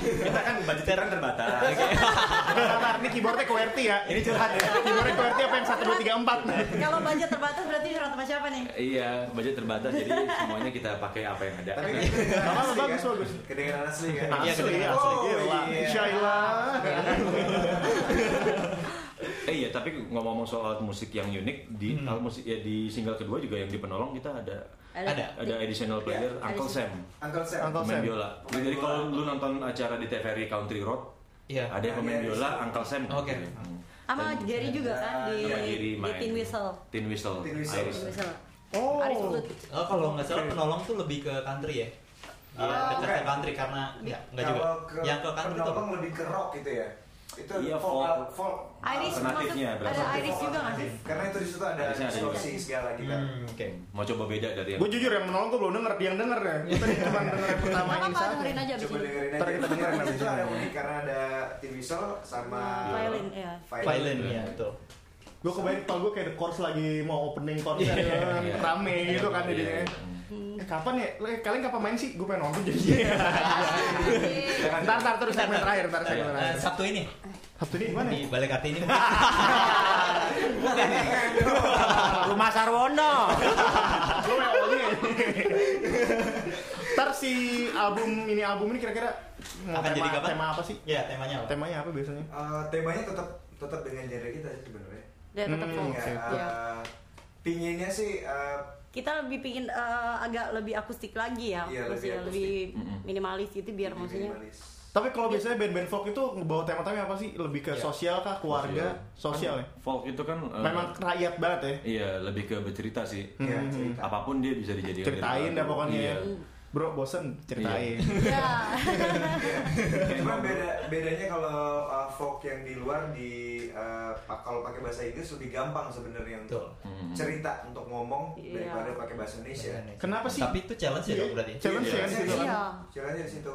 [SPEAKER 6] Kita kan budgetnya kan terbatas.
[SPEAKER 3] Ntar ini keyboardnya QWERTY ya Ini curhat ya Iya, Keyboardnya QWERTY apa yang 1, 2, 3, 4
[SPEAKER 1] Kalau budget terbatas berarti curhat sama siapa nih?
[SPEAKER 6] iya, budget terbatas jadi semuanya kita pakai apa yang ada.
[SPEAKER 5] tapi kan kedengeran
[SPEAKER 3] Apa-apa,
[SPEAKER 5] asli
[SPEAKER 3] bagus,
[SPEAKER 5] kan?
[SPEAKER 3] bagus.
[SPEAKER 5] kedengeran asli kan
[SPEAKER 4] Iya,
[SPEAKER 3] Asli,
[SPEAKER 4] kedengeran
[SPEAKER 3] asli,
[SPEAKER 5] asli.
[SPEAKER 3] gila
[SPEAKER 5] Iya.
[SPEAKER 3] Shaila
[SPEAKER 6] eh iya, tapi ngomong-ngomong soal alat musik yang unik di
[SPEAKER 3] Hmm.
[SPEAKER 6] alat musik ya di single kedua juga yang di penolong kita ada
[SPEAKER 4] Ada.
[SPEAKER 6] ada additional player Uncle Sam.
[SPEAKER 5] Uncle Sam
[SPEAKER 3] Uncle
[SPEAKER 6] pemain
[SPEAKER 3] Sam.
[SPEAKER 6] biola.
[SPEAKER 5] Pemain
[SPEAKER 6] Jadi
[SPEAKER 5] biola.
[SPEAKER 6] kalau lu nonton acara di TVRI Country Road,
[SPEAKER 4] Iya.
[SPEAKER 6] ada yang pemain
[SPEAKER 5] Iya, iya.
[SPEAKER 6] biola Uncle Sam.
[SPEAKER 4] Oke.
[SPEAKER 6] Hmm.
[SPEAKER 1] Sama
[SPEAKER 6] Dan-
[SPEAKER 1] Jerry juga kan di
[SPEAKER 6] Iya, Jerry
[SPEAKER 1] di
[SPEAKER 6] main.
[SPEAKER 1] Tin Whistle.
[SPEAKER 6] Tin Whistle.
[SPEAKER 5] Tin Whistle.
[SPEAKER 6] Iris.
[SPEAKER 1] Tin Whistle.
[SPEAKER 3] Oh.
[SPEAKER 1] Aris Bulut.
[SPEAKER 4] Oh, kalau nggak salah penolong tuh lebih ke country ya. Dia
[SPEAKER 5] Ah,
[SPEAKER 4] dekat
[SPEAKER 5] bukan.
[SPEAKER 4] ke country karena enggak, enggak juga.
[SPEAKER 5] Kalau ke
[SPEAKER 4] Yang ke country tuh apa?
[SPEAKER 5] penolong lebih ke rock gitu ya. Itu
[SPEAKER 6] Iya,
[SPEAKER 5] folk,
[SPEAKER 6] folk.
[SPEAKER 5] folk, folk.
[SPEAKER 1] Iris
[SPEAKER 6] Alternatifnya
[SPEAKER 1] maksud-
[SPEAKER 6] berarti.
[SPEAKER 1] ada Iris juga nggak sih?
[SPEAKER 5] Karena itu disitu ada
[SPEAKER 6] Irisnya ada
[SPEAKER 5] distorsi segala gitu.
[SPEAKER 4] Hmm, oke.
[SPEAKER 6] Mau coba beda dari yang
[SPEAKER 3] Gue jujur ya, yang menolong gue belum denger Dia yang denger ya Gue tadi cuma denger yang pertama
[SPEAKER 1] Gak
[SPEAKER 3] ini
[SPEAKER 1] apa-apa
[SPEAKER 3] saatnya
[SPEAKER 1] dengerin aja abis
[SPEAKER 5] Coba
[SPEAKER 1] ini.
[SPEAKER 5] dengerin aja.
[SPEAKER 3] Ntar kita dengerin
[SPEAKER 5] Itu
[SPEAKER 3] abis ini.
[SPEAKER 5] ada unik karena ada tim whistle sama
[SPEAKER 1] Violin, iya.
[SPEAKER 5] violin.
[SPEAKER 4] Violin ya, betul.
[SPEAKER 3] Gue kebayang kalau gue kayak The Course lagi mau opening konser kan,
[SPEAKER 6] Iya.
[SPEAKER 3] Rame gitu kan
[SPEAKER 6] Iya,
[SPEAKER 3] jadinya
[SPEAKER 6] iya.
[SPEAKER 3] Eh, kapan ya? Eh, Kalian kapan main sih? Gue pengen nonton jadinya Ntar, Iya. ntar, terus segmen terakhir Ntar segmen
[SPEAKER 4] Eh,
[SPEAKER 3] terakhir
[SPEAKER 4] Sabtu ini
[SPEAKER 3] Sabtu ini gimana
[SPEAKER 4] di
[SPEAKER 3] ya?
[SPEAKER 4] Balai Kartini.
[SPEAKER 1] Rumah Sarwono.
[SPEAKER 3] Gue awalnya. Ntar si album ini album ini kira-kira mau
[SPEAKER 4] Akan
[SPEAKER 3] tema,
[SPEAKER 4] jadi apa?
[SPEAKER 3] tema apa sih?
[SPEAKER 4] Ya, temanya apa?
[SPEAKER 3] Temanya apa biasanya?
[SPEAKER 5] Eh, temanya tetap tetap dengan genre kita sih sebenarnya.
[SPEAKER 1] Dia tetap
[SPEAKER 3] Hmm,
[SPEAKER 1] folk.
[SPEAKER 5] Nggak,
[SPEAKER 3] oke.
[SPEAKER 5] eh,
[SPEAKER 1] Iya.
[SPEAKER 5] pinginnya sih eh,
[SPEAKER 1] Kita lebih pingin eh, agak lebih akustik lagi ya,
[SPEAKER 5] Iya, lebih
[SPEAKER 1] maksudnya
[SPEAKER 5] akustik.
[SPEAKER 1] lebih minimalis gitu biar maksudnya
[SPEAKER 5] minimalis.
[SPEAKER 3] Tapi kalau biasanya band-band folk itu bawa tema-tema apa sih? Lebih ke
[SPEAKER 4] Iya.
[SPEAKER 3] sosial kah, keluarga, sosial ya?
[SPEAKER 6] Folk itu kan eh,
[SPEAKER 3] Memang rakyat banget ya.
[SPEAKER 6] Iya, lebih ke bercerita sih.
[SPEAKER 5] Iya, cerita.
[SPEAKER 6] Apapun dia bisa dijadikan
[SPEAKER 3] Ceritain
[SPEAKER 6] jadi
[SPEAKER 3] dah
[SPEAKER 6] lagu.
[SPEAKER 3] pokoknya. ya.
[SPEAKER 6] Iya.
[SPEAKER 3] Bro, bosen ceritain.
[SPEAKER 1] ya
[SPEAKER 5] Cuma beda bedanya kalau uh, folk yang di luar di uh, pa- kalau pakai bahasa Inggris lebih gampang sebenarnya untuk cerita untuk ngomong
[SPEAKER 1] Iya.
[SPEAKER 5] daripada pakai bahasa Indonesia.
[SPEAKER 3] Kenapa sih?
[SPEAKER 4] iya. Tapi itu challenge ya dong
[SPEAKER 3] Iya,
[SPEAKER 4] berarti.
[SPEAKER 3] Challenge ya
[SPEAKER 5] Iya.
[SPEAKER 3] kan gitu kan.
[SPEAKER 1] Iya.
[SPEAKER 5] Caranya di situ.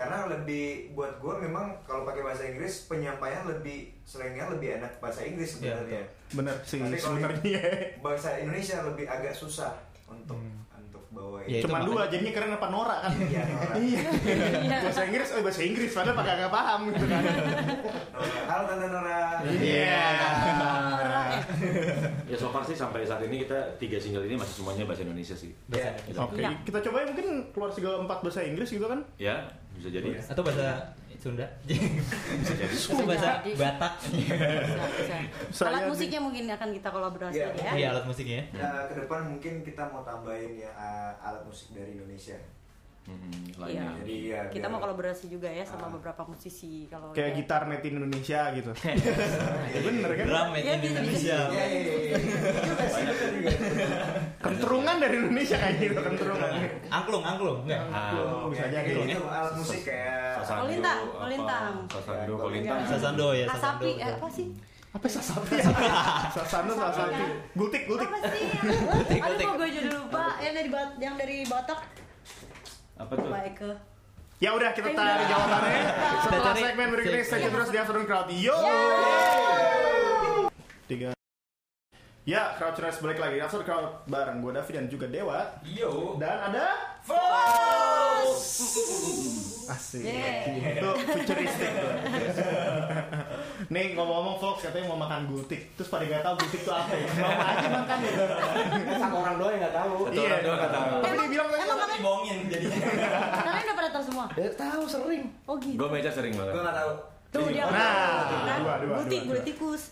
[SPEAKER 5] Karena lebih buat gue memang kalau pakai bahasa Inggris penyampaian lebih selainnya lebih enak bahasa Inggris
[SPEAKER 4] Iya,
[SPEAKER 5] sebenarnya.
[SPEAKER 3] Bener sih
[SPEAKER 5] Tapi kalau
[SPEAKER 3] sebenarnya.
[SPEAKER 5] bahasa Indonesia lebih agak susah untuk untuk bawa
[SPEAKER 4] Iya.
[SPEAKER 5] ini.
[SPEAKER 4] Itu
[SPEAKER 3] Cuman dua
[SPEAKER 4] makanya.
[SPEAKER 3] jadinya keren apa Nora kan?
[SPEAKER 5] Iya, Nora.
[SPEAKER 3] Iya. bahasa Inggris, oh bahasa Inggris padahal pakai nggak paham gitu kan.
[SPEAKER 5] Nora. Halo Tante Nora.
[SPEAKER 3] Iya.
[SPEAKER 5] Iya.
[SPEAKER 6] Ya so far sih sampai saat ini kita tiga single ini masih semuanya bahasa Indonesia sih.
[SPEAKER 4] Bahasa
[SPEAKER 5] Iya.
[SPEAKER 6] Gitu.
[SPEAKER 4] Indonesia.
[SPEAKER 3] Oke,
[SPEAKER 1] Iya.
[SPEAKER 3] kita coba ya, mungkin keluar segala empat bahasa Inggris gitu kan?
[SPEAKER 6] Ya, bisa jadi.
[SPEAKER 5] Iya.
[SPEAKER 4] Atau bahasa Sunda.
[SPEAKER 6] Bisa jadi.
[SPEAKER 4] Atau bahasa
[SPEAKER 1] Jadi.
[SPEAKER 4] Batak.
[SPEAKER 1] Bisa, bisa.
[SPEAKER 3] Saya
[SPEAKER 1] alat
[SPEAKER 3] di-
[SPEAKER 1] musiknya mungkin akan kita kolaborasi
[SPEAKER 5] Iya.
[SPEAKER 1] ya
[SPEAKER 4] Iya, alat musiknya.
[SPEAKER 5] Nah, ke depan mungkin kita mau tambahin ya uh, alat musik dari Indonesia.
[SPEAKER 6] Mm-mm, Hmm, lainnya.
[SPEAKER 1] Iya.
[SPEAKER 5] Jadi ya
[SPEAKER 1] kita
[SPEAKER 5] biar-
[SPEAKER 1] mau kolaborasi juga ya sama
[SPEAKER 5] Ah.
[SPEAKER 1] beberapa musisi kalau
[SPEAKER 3] Kayak
[SPEAKER 1] ya.
[SPEAKER 3] gitar net in Indonesia gitu.
[SPEAKER 5] Iya,
[SPEAKER 3] Bener kan?
[SPEAKER 4] Drum made
[SPEAKER 1] Iya,
[SPEAKER 4] in
[SPEAKER 1] bisa,
[SPEAKER 4] Indonesia.
[SPEAKER 1] bisa.
[SPEAKER 5] Iya, iya, iya. Juga sih, bener juga.
[SPEAKER 3] Kentrungan dari Indonesia kayak gitu kentrungan.
[SPEAKER 4] Angklung, angklung. Enggak.
[SPEAKER 6] Ah,
[SPEAKER 3] Bisa
[SPEAKER 5] Kayak
[SPEAKER 3] jadi.
[SPEAKER 5] gitu, alat musik kayak
[SPEAKER 6] Sasando,
[SPEAKER 1] Kolintang,
[SPEAKER 6] apa,
[SPEAKER 1] kolintang.
[SPEAKER 6] Sasando,
[SPEAKER 5] Ya,
[SPEAKER 6] kolintang.
[SPEAKER 4] Sasando
[SPEAKER 3] Iya,
[SPEAKER 4] ya, Sasando.
[SPEAKER 1] asapi eh, apa sih
[SPEAKER 3] Apa ya, sasapi? Sasano sasapi. Gultik gultik.
[SPEAKER 1] apa sih
[SPEAKER 4] Gutik,
[SPEAKER 1] aduh
[SPEAKER 4] gutik.
[SPEAKER 1] kok gue jadi lupa yang dari Bat- yang dari Batak
[SPEAKER 6] Apa tuh?
[SPEAKER 1] Mbak Eke
[SPEAKER 3] Ya udah kita
[SPEAKER 1] Ayo,
[SPEAKER 3] tarik
[SPEAKER 1] udah.
[SPEAKER 3] jawabannya. Setelah
[SPEAKER 4] cari-
[SPEAKER 3] segmen berikut ini stay tune
[SPEAKER 1] Iya.
[SPEAKER 3] terus di Afternoon Crowd. Yo. Tiga. Ya, Crowdchurers balik lagi. After Crowd bareng gue David dan juga Dewa.
[SPEAKER 4] Yo.
[SPEAKER 3] Dan ada Fox. Asik.
[SPEAKER 1] Yeay.
[SPEAKER 3] Itu futuristik tuh. Nih ngomong-ngomong Fox katanya mau makan gultik. Terus pada nggak tahu gultik itu apa ya. Mau aja makan gitu.
[SPEAKER 7] Satu orang doang yang nggak tahu.
[SPEAKER 6] Satu orang doang nggak tahu.
[SPEAKER 3] Iya. Tapi dia bilang tadi
[SPEAKER 1] emang kalian
[SPEAKER 4] Dibongin jadinya.
[SPEAKER 1] kalian udah pernah tahu semua
[SPEAKER 7] Ya tahu sering.
[SPEAKER 1] oh gitu
[SPEAKER 6] Gue meja sering banget.
[SPEAKER 5] Gue nggak tahu.
[SPEAKER 1] tuh dia Kan?
[SPEAKER 3] Nah, dua, dua,
[SPEAKER 1] gutik
[SPEAKER 3] dua,
[SPEAKER 1] bulu
[SPEAKER 3] dua.
[SPEAKER 1] tikus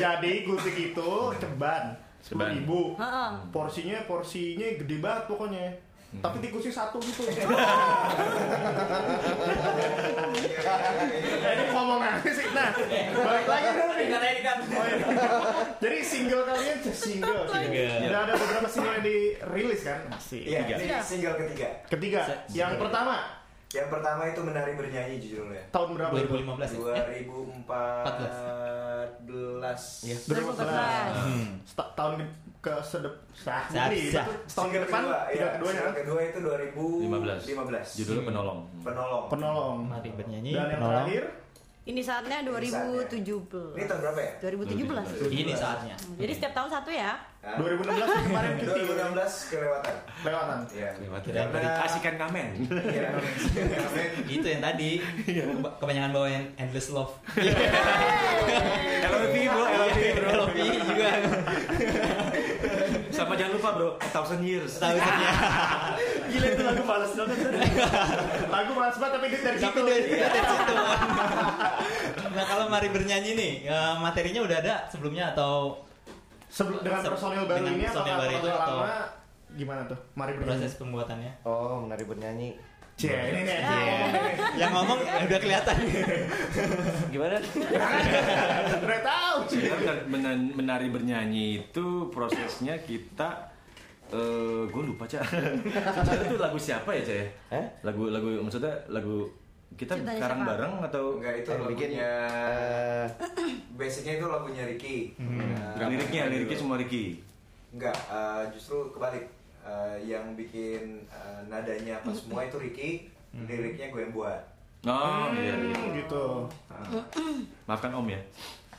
[SPEAKER 3] Jadi gultik itu ceban. Ceban.
[SPEAKER 6] Ceban.
[SPEAKER 3] ribu.
[SPEAKER 1] Heeh.
[SPEAKER 3] Porsinya porsinya gede banget pokoknya. Tapi tikusnya satu gitu. Eh, ini ngomong aja sih. Nah, balik lagi dulu nih. Oh, iya. Jadi single kalian single.
[SPEAKER 4] Single.
[SPEAKER 3] Udah ada beberapa single yang dirilis kan? Masih.
[SPEAKER 5] Iya,
[SPEAKER 3] Tiga.
[SPEAKER 5] ini
[SPEAKER 1] Iya.
[SPEAKER 5] single ketiga.
[SPEAKER 3] Ketiga. Yang pertama
[SPEAKER 5] Yang pertama itu menari bernyanyi ya. judulnya.
[SPEAKER 3] tahun berapa itu?
[SPEAKER 4] 2015 ya? Eh,
[SPEAKER 5] 2014.
[SPEAKER 4] Iya.
[SPEAKER 3] 2014. Sta- tahun ke, ke sedep sah,
[SPEAKER 4] Hmm. Sah,
[SPEAKER 3] ini,
[SPEAKER 4] sah.
[SPEAKER 3] itu tahun ke depan
[SPEAKER 5] kedua,
[SPEAKER 3] tiga
[SPEAKER 5] iya,
[SPEAKER 3] keduanya
[SPEAKER 5] single kedua itu
[SPEAKER 6] 15.
[SPEAKER 5] 2015.
[SPEAKER 6] Judulnya penolong.
[SPEAKER 5] Penolong.
[SPEAKER 3] penolong
[SPEAKER 4] Mari bernyanyi.
[SPEAKER 3] dan yang
[SPEAKER 4] penolong.
[SPEAKER 3] terakhir
[SPEAKER 1] ini saatnya
[SPEAKER 5] saatnya.
[SPEAKER 1] 2017
[SPEAKER 5] Ini tahun berapa ya?
[SPEAKER 1] 2017
[SPEAKER 4] Ini saatnya.
[SPEAKER 1] jadi setiap tahun satu ya
[SPEAKER 5] Hah?
[SPEAKER 3] 2016 yang kemarin cuti
[SPEAKER 5] 2016 kelewatan.
[SPEAKER 3] lewatan
[SPEAKER 5] Iya.
[SPEAKER 6] Lewat kasihkan kamen.
[SPEAKER 5] Iya.
[SPEAKER 4] Itu yang tadi.
[SPEAKER 6] Iya.
[SPEAKER 4] Keba- Kebanyakan bawain Endless Love.
[SPEAKER 6] LOV bro, LOV bro.
[SPEAKER 4] Kalau Pi juga.
[SPEAKER 6] Sama jangan lupa bro, A thousand years.
[SPEAKER 4] Tahu ya.
[SPEAKER 6] Gila itu lagu balas banget. Gitu.
[SPEAKER 3] lagu bahas banget tapi duit dari
[SPEAKER 4] Tapi
[SPEAKER 3] situ
[SPEAKER 4] dari kita dari situ. Nah kalau Mari bernyanyi nih, eh, materinya udah ada sebelumnya atau
[SPEAKER 3] Sebelum dengan
[SPEAKER 4] Seb-
[SPEAKER 3] personil baru
[SPEAKER 4] dengan
[SPEAKER 3] ini apakah
[SPEAKER 4] personil baru itu
[SPEAKER 3] personil
[SPEAKER 4] atau-
[SPEAKER 3] lama gimana tuh mari
[SPEAKER 4] proses
[SPEAKER 3] berproses
[SPEAKER 4] pembuatannya?
[SPEAKER 7] Oh, menari bernyanyi.
[SPEAKER 3] C ini nih
[SPEAKER 4] Yang ngomong eh, udah kelihatan.
[SPEAKER 7] Gimana?
[SPEAKER 4] Iya.
[SPEAKER 3] nggak tahu sih
[SPEAKER 6] Sebenarnya men- menari bernyanyi itu prosesnya kita eh gue lupa cak sebenarnya itu lagu siapa ya cak ya
[SPEAKER 7] Eh?
[SPEAKER 6] lagu lagu maksudnya lagu kita
[SPEAKER 1] Ciptanya
[SPEAKER 6] sekarang
[SPEAKER 1] siapa?
[SPEAKER 6] bareng atau
[SPEAKER 5] Enggak itu
[SPEAKER 7] Yang bikin
[SPEAKER 6] ya.
[SPEAKER 5] lagunya
[SPEAKER 7] eh,
[SPEAKER 5] basicnya itu lagunya Ricky. Nah,
[SPEAKER 6] Hmm, liriknya liriknya semua Ricky
[SPEAKER 5] Enggak, eh, justru kebalik. Eh, yang bikin eh, nadanya apa semua itu Ricky,
[SPEAKER 6] Hmm.
[SPEAKER 5] liriknya gue yang buat.
[SPEAKER 6] oh iya iya.
[SPEAKER 3] Hmm, gitu
[SPEAKER 6] maafkan om ya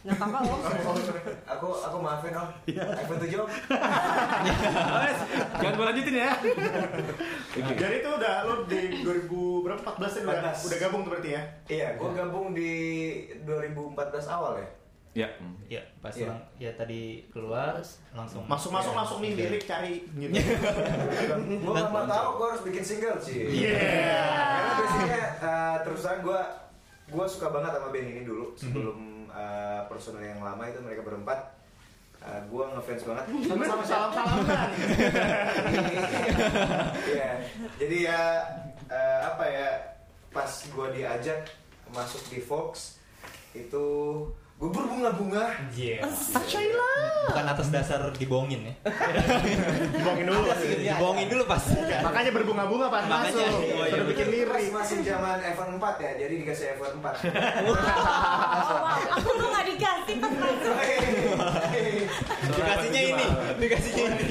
[SPEAKER 1] nggak apa-apa om
[SPEAKER 5] Aku aku maafin om.
[SPEAKER 6] Iya.
[SPEAKER 5] iPhone 7 om.
[SPEAKER 6] jangan gue lanjutin ya oke
[SPEAKER 3] jadi itu udah lo di 2014 ya udah
[SPEAKER 5] 14.
[SPEAKER 3] udah gabung tuh berarti ya
[SPEAKER 5] Iya, gue gabung di 2014 awal ya.
[SPEAKER 6] Ya.
[SPEAKER 4] Ya, pas
[SPEAKER 5] Iya.
[SPEAKER 4] lang- ya tadi keluar langsung Iya.
[SPEAKER 3] Masuk masuk masuk nih lirik cari gitu. Nah,
[SPEAKER 5] Gue gak mau tau, gue harus bikin single sih.
[SPEAKER 3] Iya.
[SPEAKER 5] Karena biasanya eh, terus terang gue gue suka banget sama band ini
[SPEAKER 3] Mhm.
[SPEAKER 5] dulu sebelum eh, personel yang lama itu mereka berempat. Eh, gue ngefans banget. Sama
[SPEAKER 3] Salam
[SPEAKER 5] sama
[SPEAKER 3] salam salaman.
[SPEAKER 5] Iya. Jadi ya eh, apa ya pas gue diajak masuk di Fox itu gue berbunga-bunga.
[SPEAKER 4] Iya.
[SPEAKER 1] Shayla.
[SPEAKER 4] Bukan atas dasar dibohongin ya. Iya,
[SPEAKER 3] Dibohongin dulu. Iya.
[SPEAKER 4] dibohongin dulu pas.
[SPEAKER 3] Makanya berbunga-bunga pas
[SPEAKER 4] Makanya,
[SPEAKER 3] masuk.
[SPEAKER 4] iya,
[SPEAKER 3] Sudah
[SPEAKER 4] iya.
[SPEAKER 3] bikin lirik.
[SPEAKER 5] Pas masih zaman iPhone 4 ya, jadi dikasih iPhone 4.
[SPEAKER 1] wow. Aku tuh nggak dikasih pas masuk.
[SPEAKER 5] Iya.
[SPEAKER 4] Dikasihnya ini, dikasihnya ini.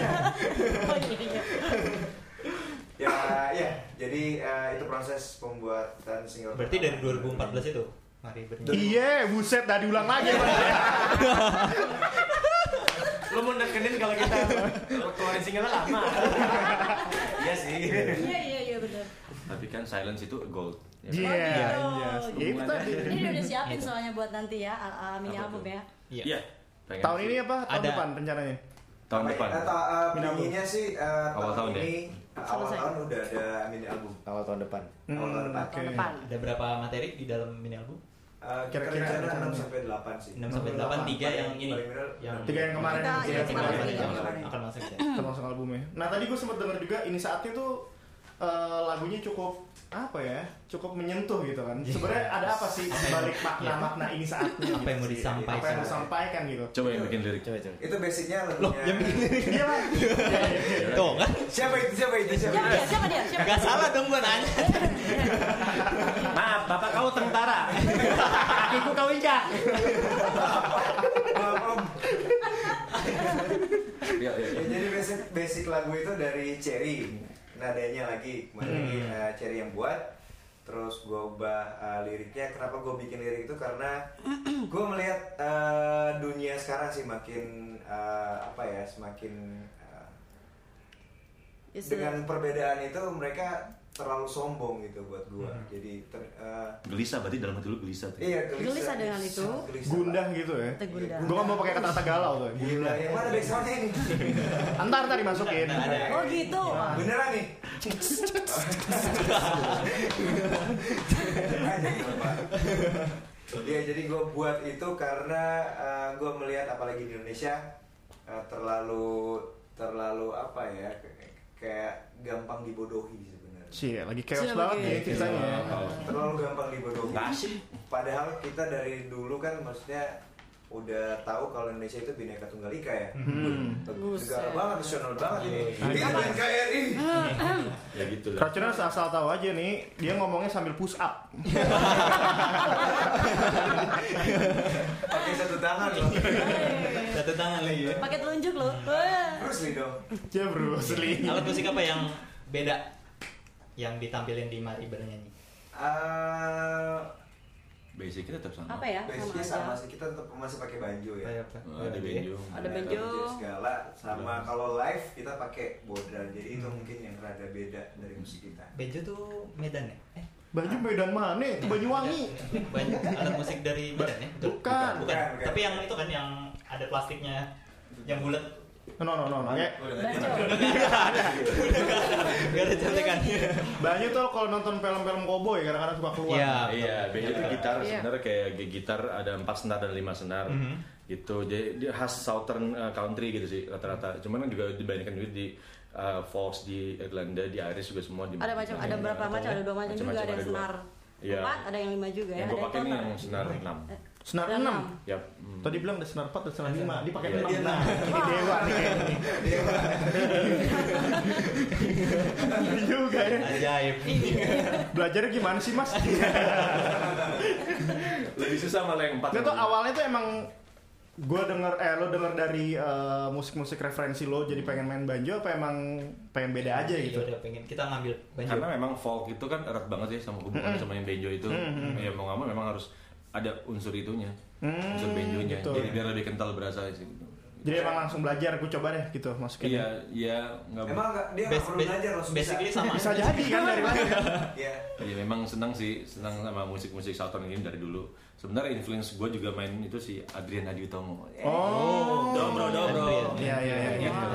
[SPEAKER 1] Oh, iya, iya.
[SPEAKER 5] ya ya jadi eh, itu proses pembuatan single
[SPEAKER 4] Berarti dari
[SPEAKER 5] pertama.
[SPEAKER 4] 2014 itu mari bernyanyi.
[SPEAKER 3] Iya, buset dah diulang lagi.
[SPEAKER 4] Iya.
[SPEAKER 2] Lo mau nekenin kalau kita keluarin singlenya lama. Iya sih.
[SPEAKER 1] Iya iya iya benar.
[SPEAKER 6] Tapi kan silence itu gold. ya kan?
[SPEAKER 3] Iya, iya. Itu tadi.
[SPEAKER 1] Ini udah siapin soalnya buat nanti ya al- al- mini
[SPEAKER 6] Apa
[SPEAKER 1] album
[SPEAKER 6] tuh?
[SPEAKER 1] ya.
[SPEAKER 4] Iya.
[SPEAKER 6] Iya. Pengen
[SPEAKER 3] Tahun
[SPEAKER 6] sih.
[SPEAKER 3] ini apa? Tahun
[SPEAKER 4] Ada.
[SPEAKER 3] depan rencananya?
[SPEAKER 6] Tahun depan.
[SPEAKER 5] Eh, ta- eh,
[SPEAKER 3] Mini
[SPEAKER 5] pinginnya sih eh,
[SPEAKER 6] Awal tahun
[SPEAKER 5] tahun
[SPEAKER 6] ya?
[SPEAKER 5] ini eh, awal
[SPEAKER 1] Selesai.
[SPEAKER 5] tahun udah ada mini album
[SPEAKER 7] awal tahun depan
[SPEAKER 5] Awal tahun depan.
[SPEAKER 1] Tahun
[SPEAKER 3] oke.
[SPEAKER 1] depan.
[SPEAKER 4] Ada berapa materi di dalam mini album?
[SPEAKER 5] Eh,
[SPEAKER 3] Kira-kira
[SPEAKER 5] kita rencana 6
[SPEAKER 3] ada berapa?
[SPEAKER 5] sampai 8 sih
[SPEAKER 4] 6 sampai 8 tiga yang ini.
[SPEAKER 5] Paling bener,
[SPEAKER 3] Tiga yang kemarin.
[SPEAKER 1] Kita-
[SPEAKER 3] tiga
[SPEAKER 1] iya,
[SPEAKER 3] yang
[SPEAKER 1] kemarin,
[SPEAKER 3] kemarin. Tiga yang
[SPEAKER 1] kemarin.
[SPEAKER 3] kemarin.
[SPEAKER 4] akan masuk ya.
[SPEAKER 3] termasuk albumnya. Nah tadi gue sempat denger juga ini saatnya tuh eh, lagunya cukup apa ya cukup menyentuh gitu kan
[SPEAKER 4] Iya.
[SPEAKER 3] sebenarnya ada apa sih di balik makna makna ini saatnya
[SPEAKER 4] Apa yang mau Iya.
[SPEAKER 3] gitu sih?
[SPEAKER 4] disampaikan?
[SPEAKER 3] apa yang mau disampaikan gitu
[SPEAKER 6] Coba yang bikin lirik.
[SPEAKER 7] coba coba
[SPEAKER 5] itu basicnya
[SPEAKER 4] Loh, ya
[SPEAKER 5] lagunya
[SPEAKER 4] yang ini.
[SPEAKER 3] iya Bang. Iya, iya, iya.
[SPEAKER 4] Tuh kan?
[SPEAKER 5] siapa itu siapa itu siapa
[SPEAKER 1] Siapa
[SPEAKER 5] itu?
[SPEAKER 1] dia? Siapa dia? Siapa?
[SPEAKER 4] Gak salah dong gua nanya.
[SPEAKER 2] Maaf, bapak kau tentara. Kakiku kau injak.
[SPEAKER 5] Maaf, Om.
[SPEAKER 6] Iya, iya.
[SPEAKER 5] Ya, jadi basic basic lagu itu dari Cherry nadanya lagi kemarin
[SPEAKER 1] Hmm.
[SPEAKER 5] lagi, eh, Cherry yang buat terus gue ubah eh, liriknya kenapa gue bikin lirik itu karena gue melihat eh, dunia sekarang sih makin eh, apa ya semakin eh,
[SPEAKER 1] Is it-
[SPEAKER 5] dengan perbedaan itu mereka terlalu sombong gitu buat gue
[SPEAKER 1] Hmm.
[SPEAKER 5] jadi ter- eh,
[SPEAKER 6] Gelisah berarti dalam hati lu gelisah tuh.
[SPEAKER 5] iya
[SPEAKER 1] Gelisah dengan itu.
[SPEAKER 5] gelisah,
[SPEAKER 3] gundah
[SPEAKER 5] Pak.
[SPEAKER 3] gitu ya
[SPEAKER 1] Tegunda.
[SPEAKER 3] gue nggak mau pakai kata-kata galau tuh
[SPEAKER 5] gila yang mana backsoundnya ini
[SPEAKER 3] ntar tadi masukin
[SPEAKER 4] Iya, Ntar, ntar
[SPEAKER 1] Oh gitu.
[SPEAKER 3] Iya.
[SPEAKER 5] beneran nih Iya jadi gue buat itu karena gue melihat apalagi di Indonesia eh, terlalu terlalu apa ya kayak- kayak gampang dibodohi sebenarnya
[SPEAKER 3] Cie, lagi chaos
[SPEAKER 1] Cie,
[SPEAKER 3] banget
[SPEAKER 1] lagi.
[SPEAKER 3] nih ceritanya
[SPEAKER 5] terlalu gampang dibodohi padahal kita dari dulu kan maksudnya udah tahu kalau Indonesia itu bineka tunggal ika ya negara
[SPEAKER 1] Buset.
[SPEAKER 5] banget nasional banget ini Iya, ini NKRI
[SPEAKER 6] Ya gitu lah.
[SPEAKER 3] Racunnya asal tahu aja nih, dia ngomongnya sambil push up.
[SPEAKER 5] pakai satu tangan loh
[SPEAKER 1] Hey.
[SPEAKER 4] Satu tangan lagi ya.
[SPEAKER 1] Pakai telunjuk loh. Wah.
[SPEAKER 3] Iya.
[SPEAKER 5] terus nih dong
[SPEAKER 3] Ya bro,
[SPEAKER 6] Iya.
[SPEAKER 3] asli.
[SPEAKER 4] Alat musik apa yang beda yang ditampilin di mari bernyanyi?
[SPEAKER 5] Eh,
[SPEAKER 6] Basic kita tetap sama.
[SPEAKER 1] Apa ya?
[SPEAKER 3] Iya,
[SPEAKER 1] Sama
[SPEAKER 5] basicnya Eh, sama
[SPEAKER 1] aja.
[SPEAKER 5] sih kita tetap masih pakai banjo ya.
[SPEAKER 4] Kayak gitu apa?
[SPEAKER 6] Oh, ada benjo.
[SPEAKER 1] Ada banjo.
[SPEAKER 5] segala sama kalau live kita pakai bodra. Jadi itu mungkin yang rada beda dari musik kita.
[SPEAKER 4] Benjo tuh Medan ya? Eh,
[SPEAKER 3] Baju Medan mana? Itu Banyuwangi.
[SPEAKER 4] banyak alat musik dari Medan ya? Betul?
[SPEAKER 3] Bukan.
[SPEAKER 4] Bukan.
[SPEAKER 5] Bukan.
[SPEAKER 4] Tapi yang itu kan yang ada plastiknya yang bulat.
[SPEAKER 6] Iya.
[SPEAKER 3] No no no, ya. no. Kayak
[SPEAKER 1] Baco.
[SPEAKER 4] Gak ada cantikannya.
[SPEAKER 3] Banyak tuh kalau nonton film-film koboi kadang-kadang suka keluar.
[SPEAKER 4] Iya.
[SPEAKER 6] Iya, benjo itu gitar
[SPEAKER 1] Iya.
[SPEAKER 6] sebenarnya kayak gi- gitar ada empat senar dan lima senar. Gitu. Jadi dia khas southern uh, country gitu sih rata-rata. Cuman kan juga dibandingkan juga di uh, Fox di Irlanda, di Irish juga semua di Iya.
[SPEAKER 1] Ada macam ada
[SPEAKER 6] di-
[SPEAKER 1] berapa
[SPEAKER 6] atau-
[SPEAKER 1] macam? Ada dua macam juga, ada yang
[SPEAKER 6] dua.
[SPEAKER 1] senar
[SPEAKER 6] Iya.
[SPEAKER 1] empat, ada yang Eh. lima juga ya.
[SPEAKER 6] Yang gue
[SPEAKER 1] Ada
[SPEAKER 6] pakai nih
[SPEAKER 1] total.
[SPEAKER 6] yang senar enam.
[SPEAKER 3] Senar
[SPEAKER 1] Senar
[SPEAKER 3] 6.
[SPEAKER 6] Yap. Hmm.
[SPEAKER 3] Tadi bilang ada senar 4 dan senar 5, dia Iya. pakai 6.
[SPEAKER 6] Iya.
[SPEAKER 3] Nah, ini dewa nih. Iya juga ya.
[SPEAKER 4] Ajaib. Iya.
[SPEAKER 3] Belajarnya gimana sih, Mas? Itu
[SPEAKER 6] Lebih susah malah yang empat.
[SPEAKER 3] tuh awalnya tuh emang gue denger eh lo denger dari eh, musik-musik referensi lo jadi pengen main banjo apa emang pengen beda aja
[SPEAKER 4] Iya,
[SPEAKER 3] gitu.
[SPEAKER 4] udah pengen kita ngambil
[SPEAKER 3] Iya.
[SPEAKER 4] banjo.
[SPEAKER 6] Karena memang folk itu kan erat banget ya sama hubungan sama yang benjo itu. Ya mau nggak mau memang harus ada unsur itunya, unsur benjonya.
[SPEAKER 3] betul.
[SPEAKER 6] Jadi biar lebih kental berasa sih.
[SPEAKER 3] Jadi emang langsung belajar, gue coba deh gitu masukin.
[SPEAKER 6] Iya, iya nggak
[SPEAKER 5] Emang nggak dia nggak
[SPEAKER 4] Bas-
[SPEAKER 5] perlu
[SPEAKER 4] bas-
[SPEAKER 5] belajar langsung bisa.
[SPEAKER 4] basically sama.
[SPEAKER 3] Bisa jadi kan dari mana?
[SPEAKER 5] Iya.
[SPEAKER 6] Iya memang senang sih, senang sama musik-musik Southern ini dari dulu. Sebenarnya influence gue juga main itu si Adrian Eh, Hadi Utomo.
[SPEAKER 3] Oh,
[SPEAKER 6] dobro dobro.
[SPEAKER 3] Iya, iya, iya.
[SPEAKER 6] Gitu.